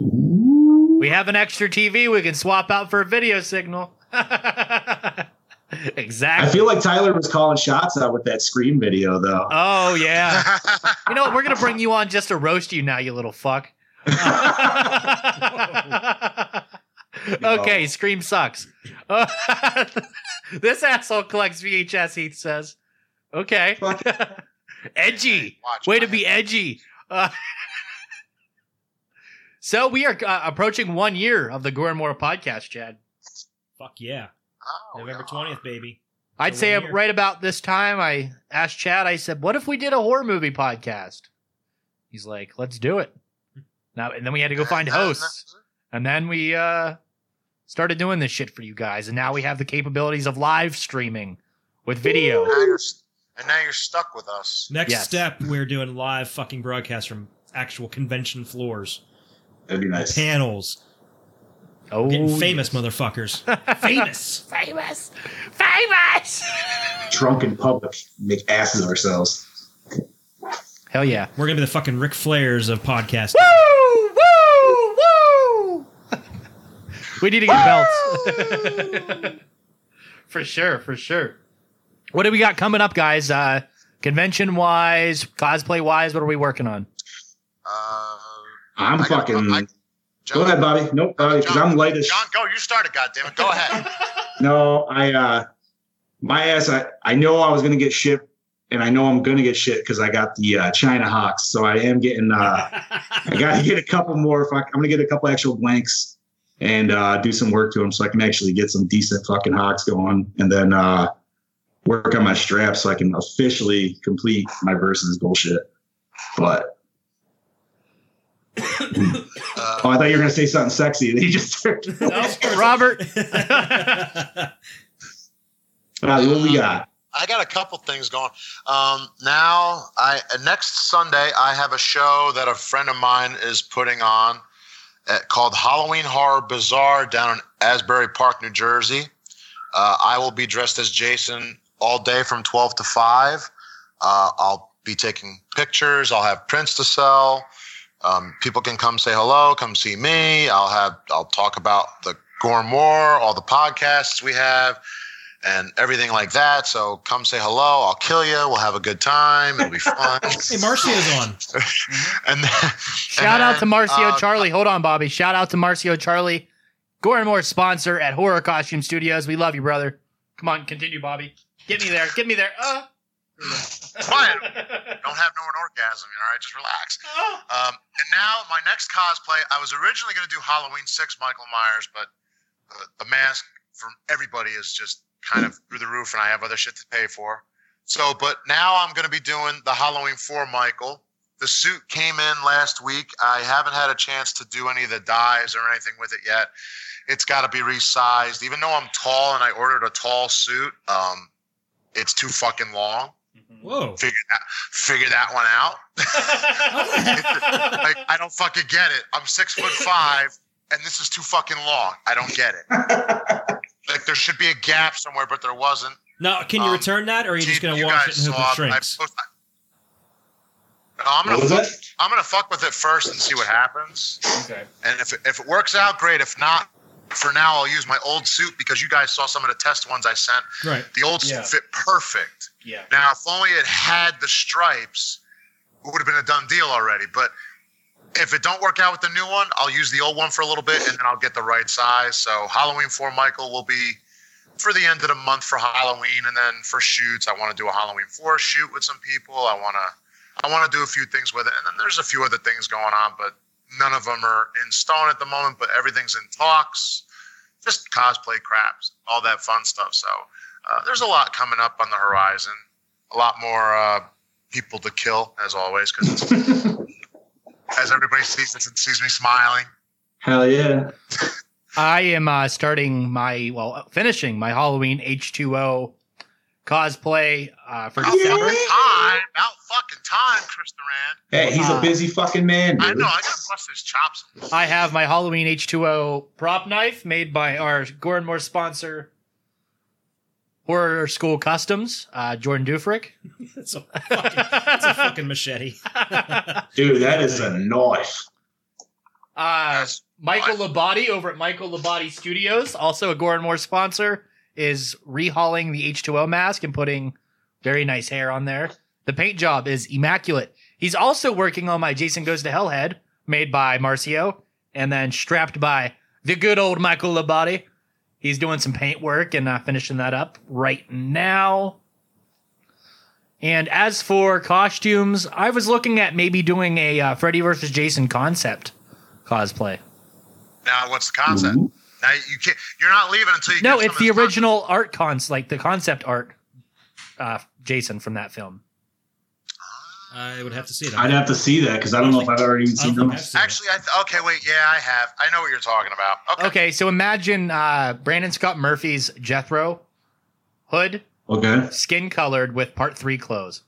S4: We have an extra TV we can swap out for a video signal.
S6: I
S4: exactly.
S6: feel like Tyler was calling shots out with that scream video, though.
S4: oh yeah. You know what? We're gonna bring you on just to roast you now, you little fuck. okay, Scream sucks. this asshole collects VHS. Heath says, "Okay,
S6: Fuck.
S4: edgy.
S7: Watch
S4: Way
S7: my
S4: to be edgy." Uh, so we are uh, approaching one year of the Gore and Moore podcast, Chad.
S5: Fuck yeah,
S7: Oh,
S5: November
S7: yeah.
S5: twentieth, baby.
S4: I'd
S5: So
S4: say
S5: one year.
S4: right about this time, I asked Chad, I said, What if we did a horror movie podcast? He's like, Let's do it. Now, and then we had to go find hosts. And then we uh, started doing this shit for you guys. And now we have the capabilities of live streaming with video.
S7: Now you're, and now you're stuck with us.
S5: Next
S4: Yes.
S5: step, we're doing live fucking broadcasts from actual convention floors,
S6: That'd be nice.
S5: panels,
S4: Oh,
S5: getting famous, motherfuckers, famous.
S4: Famous. Famous.
S6: Drunk in public, make asses of ourselves.
S4: Hell yeah.
S5: We're gonna be the fucking Ric Flairs of podcasting.
S4: Woo! Woo! Woo! we need to get belts. for sure, for sure. What do we got coming up, guys? Uh convention wise, cosplay wise, what are we working on?
S7: Uh,
S6: I'm
S7: I gotta-
S6: fucking.
S7: I- John,
S6: go ahead, Bobby. Nope, Bobby, because I'm light as.
S7: John, go. You started, goddammit. Go ahead.
S6: No, I. uh My ass. I. I know I was gonna get shit, and I know I'm gonna get shit because I got the uh, China Hawks. So I am getting. uh I got to get a couple more. Fuck, I'm gonna get a couple actual blanks and uh do some work to them so I can actually get some decent fucking hawks going, and then uh work on my straps so I can officially complete my versus bullshit. But
S7: Uh,
S6: oh, I thought you were gonna say something sexy. Then you just turned.
S4: No, Robert.
S6: Bobby, what we got?
S7: I got a couple things going. Um, now, I uh, next Sunday I have a show that a friend of mine is putting on uh called Halloween Horror Bazaar down in Asbury Park, New Jersey. Uh, I will be dressed as Jason all day from twelve to five. Uh, I'll be taking pictures. I'll have prints to sell. Um, people can come say hello, come see me. I'll have I'll talk about the Gore Moore, all the podcasts we have and everything like that. So come say hello. I'll kill you. We'll have a good time. It'll be fun.
S5: Hey, Marcio's on.
S7: and then,
S4: Shout out to Marcio
S7: uh,
S4: Charlie. Hold on, Bobby. Shout out to Marcio Charlie. Gore and More sponsor at Horror Costume Studios. We love you, brother. Come on, continue, Bobby. Get me there. Get me there. Uh.
S7: quiet. Don't have no an orgasm. You know, all right, just relax. Um, and now my next cosplay. I was originally going to do Halloween Six, Michael Myers, but uh, the mask from everybody is just kind of through the roof, and I have other shit to pay for. So, but now I'm going to be doing the Halloween Four, Michael. The suit came in last week. I haven't had a chance to do any of the dyes or anything with it yet. It's got to be resized. Even though I'm tall and I ordered a tall suit, um, it's too fucking long
S5: Whoa.
S7: figure that, figure that one out. like, I don't fucking get it. I'm six foot five, and this is too fucking long. I don't get it. like there should be a gap somewhere, but there wasn't.
S5: Now, can you
S7: Um,
S5: return that, or are you just going to
S7: you
S5: wash
S7: guys
S5: it and hope
S7: saw
S5: it shrinks?
S7: I post- No, I'm gonna
S6: What was
S7: fuck,
S6: that?
S7: I'm gonna fuck with it first and see what happens.
S5: Okay.
S7: And if it- if it works out, great. If not, for now, I'll use my old suit because you guys saw some of the test ones I sent.
S5: Right.
S7: The old
S5: Yeah.
S7: suit fit perfect.
S4: Yeah.
S7: Now, if only it had the stripes, it would have been a done deal already. But if it don't work out with the new one, I'll use the old one for a little bit, and then I'll get the right size. So Halloween for Michael will be for the end of the month for Halloween, and then for shoots, I want to do a Halloween four shoot with some people. I want to, I want to do a few things with it, and then there's a few other things going on, but none of them are in stone at the moment. But everything's in talks, just cosplay craps, all that fun stuff. So uh, there's a lot coming up on the horizon. A lot more uh, people to kill, as always, because as everybody sees this and sees me smiling.
S6: Hell yeah.
S4: I am uh, starting my well, uh, finishing my Halloween H two O cosplay uh, for
S7: About
S4: December.
S7: fucking time, about fucking time, Chris Durant.
S6: Hey, he's
S4: Ah.
S6: a busy fucking man. Dude.
S7: Uh, I know, I gotta bust his chops.
S4: I have my Halloween H two O prop knife made by our Gordon Moore sponsor, Horror School Customs, uh, Jordan Dufrick.
S5: It's a fucking, it's a fucking machete.
S6: Dude, that is a knife.
S4: Uh, Michael Labati over at Michael Labati Studios, also a Gordon Moore sponsor, is rehauling the H2O mask and putting very nice hair on there. The paint job is immaculate. He's also working on my Jason Goes to Hell head, made by Marcio, and then strapped by the good old Michael Labati. He's doing some paint work and uh, finishing that up right now. And as for costumes, I was looking at maybe doing a uh, Freddy versus Jason concept cosplay.
S7: Now, what's the concept? Now you can't. You're not leaving until you.
S4: No,
S7: get
S4: it's
S7: some
S4: the
S7: of this
S4: original art cons, like the concept art, uh, Jason from that film.
S5: I would have to see it.
S6: I'd have to see that because I don't know if I've already even
S5: I don't
S6: seen
S5: think
S6: them.
S5: I've
S7: content.
S5: seen it.
S7: Actually, I th- okay, wait, yeah, I have. I know what you're talking about. Okay,
S4: Okay, so imagine uh, Brandon Scott Murphy's Jethro hood,
S6: Okay.
S4: skin colored with part three clothes,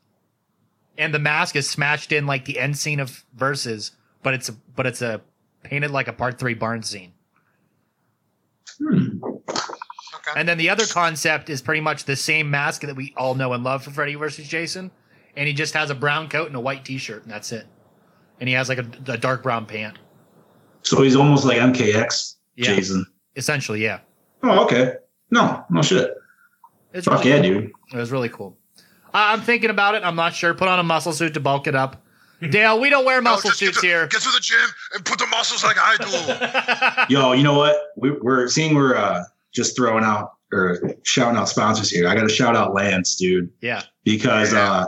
S4: and the mask is smashed in like the end scene of Versus, but it's a, but it's a painted like a part three barn scene.
S7: okay.
S4: And then the other concept is pretty much the same mask that we all know and love for Freddy versus Jason, and he just has a brown coat and a white T-shirt, and that's it. And he has like a, a dark brown pant,
S6: So he's almost like MKX
S4: Yeah.
S6: Jason.
S4: essentially. Yeah,
S6: Oh, okay. No, no shit.
S4: it's
S6: Fuck
S4: really
S6: yeah,
S4: cool.
S6: dude.
S4: It was really cool. I I'm thinking about it. I'm not sure. Put on a muscle suit to bulk it up. Dale, we don't wear
S7: No,
S4: muscle
S7: just
S4: suits
S7: get to,
S4: here.
S7: Get to the gym and put the muscles like I do.
S6: Yo, you know what? We, we're seeing we're uh, just throwing out or shouting out sponsors here. I got to shout out Lance, dude,
S4: yeah,
S6: because
S7: Yeah.
S6: uh,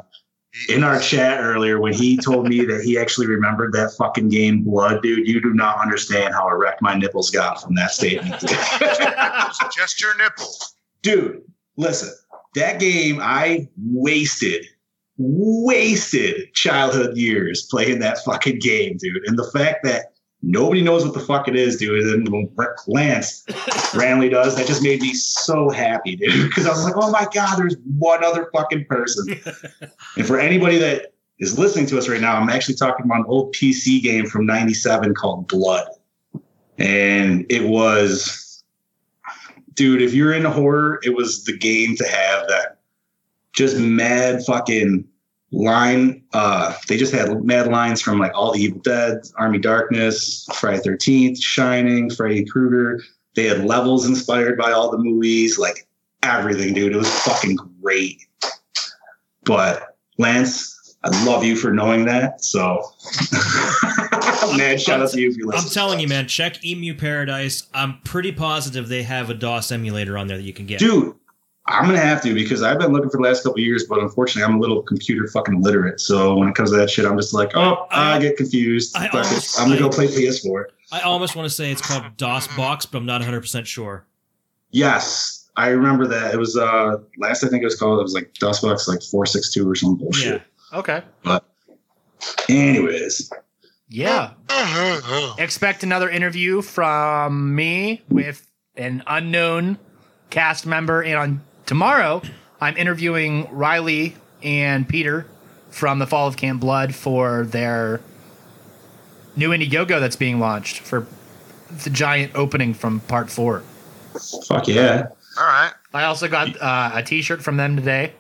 S6: in our chat earlier when he told me that he actually remembered that fucking game blood dude you do not understand how erect my nipples got from that statement
S7: just your nipples.
S6: dude listen that game i wasted wasted childhood years playing that fucking game dude and the fact that nobody knows what the fuck it is dude and when Rick lance randomly does that just made me so happy dude because i was like oh my god there's one other fucking person and for anybody that is listening to us right now i'm actually talking about an old pc game from 97 called blood and it was dude, if you're into horror, it was the game to have that just mad fucking line. Uh, they just had mad lines from like all the Evil Dead, Army Darkness, Friday Thirteenth, Shining, Freddy Krueger. They had levels inspired by all the movies. Like everything, dude. It was fucking great. But Lance, I love you for knowing that. So, man, shout out to you if you
S5: I'm
S6: listen.
S5: telling you, man, check Emu Paradise. I'm pretty positive they have a DOS emulator on there that you can get.
S6: Dude, I'm gonna have to because I've been looking for the last couple of years, but unfortunately, I'm a little computer fucking illiterate. So when it comes to that shit, I'm just like, oh, I, get confused.
S5: I
S6: Fuck it.
S5: almost-
S6: I'm gonna go
S5: I-
S6: play PS4.
S5: I almost want to say it's called DOS Box, but I'm not 100% sure.
S6: Yes, I remember that. It was uh last I think it was called. It was like Dustbox like four six two or some bullshit.
S4: Okay.
S6: But anyways,
S4: Yeah. Expect another interview from me with an unknown cast member. And on tomorrow, I'm interviewing Riley and Peter from the Fall of Camp Blood for their new Indiegogo that's being launched for the giant opening from part four.
S6: fuck yeah.
S7: All right.
S4: I also got uh, a T-shirt from them today.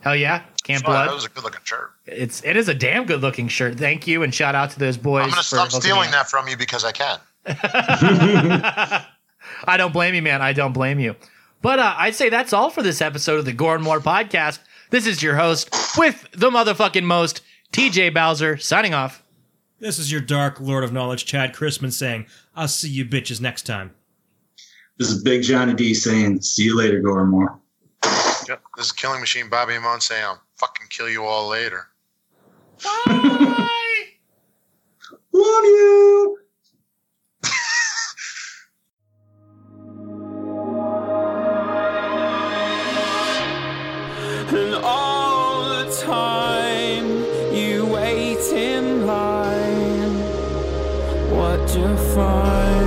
S4: Hell yeah, Camp
S7: Well,
S4: Blood.
S7: that was a good looking shirt.
S4: it's it is a damn good looking shirt. Thank you, and shout out to those boys.
S7: I'm gonna
S4: for
S7: stop
S4: hooking
S7: stealing
S4: me
S7: that from you because I can.
S4: up. I don't blame you, man. I don't blame you. But uh, I'd say that's all for this episode of the Gore and More podcast. This is your host with the motherfucking most, TJ Bowser, signing off.
S5: This is your Dark Lord of Knowledge, Chad Chrisman, saying, I'll see you bitches next time.
S6: This is Big Johnny D saying, "See you later, Gormore."
S7: Yep. This is Killing Machine Bobby Amon saying, I'll fucking kill you all later.
S6: Love you.
S13: And all the time you wait in line, what you find?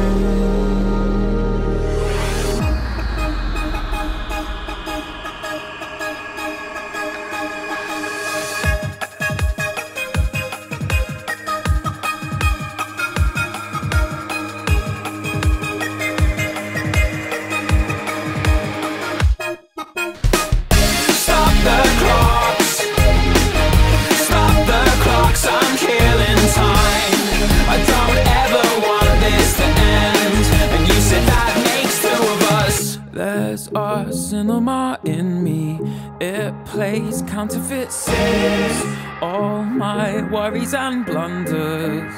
S13: Stop the clocks. Stop the clocks. I'm killing time. I don't ever want this to end. And you said that makes two of us. There's a cinema in me. It plays counterfeit sins. All my worries and blunders.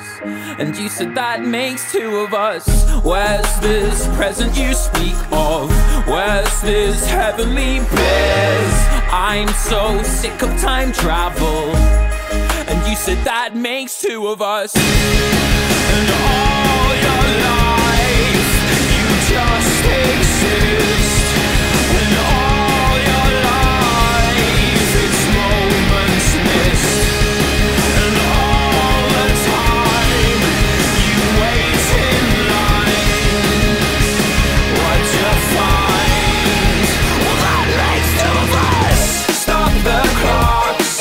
S13: And you said that makes two of us. Where's this present you speak of? Where's this heavenly bliss? I'm so sick of time travel. And you said that makes two of us. And all your life, you just exist. And all your life, it's moments missed. And all the time, you wait in line. What you find? Well, that makes two of us. Stop the clocks.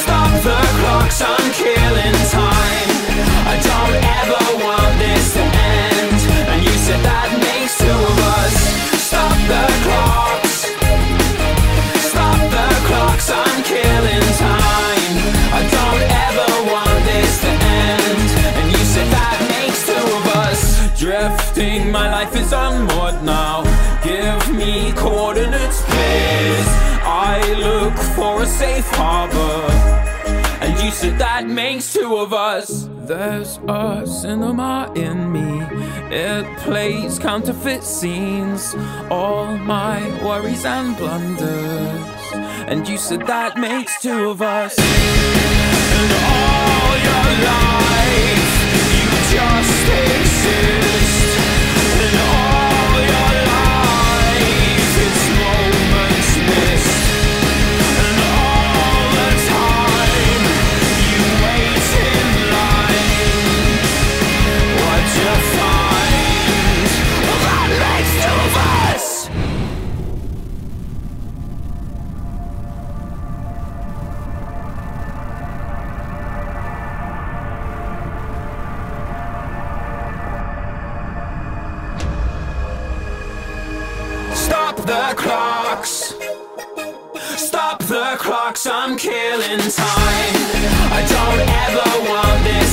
S13: Stop the clocks, I'm killing time. I don't ever want this to end. And you said that makes two of us. Stop the clocks. Stop the clocks, I'm killing time. I don't ever want this to end. And you said that makes two of us. Drifting, my life is on board now. Give me coordinates, please. I look for a safe harbor. And you said that makes two of us. There's a cinema in me. It plays counterfeit scenes. All my worries and blunders. And you said that makes two of us. And all your life, you just exist. And all your life, it's moments missed. And all the time you wait in line, what you find? Well, that makes two of us. Stop the clocks. Stop the clocks, I'm killing time. I don't ever want this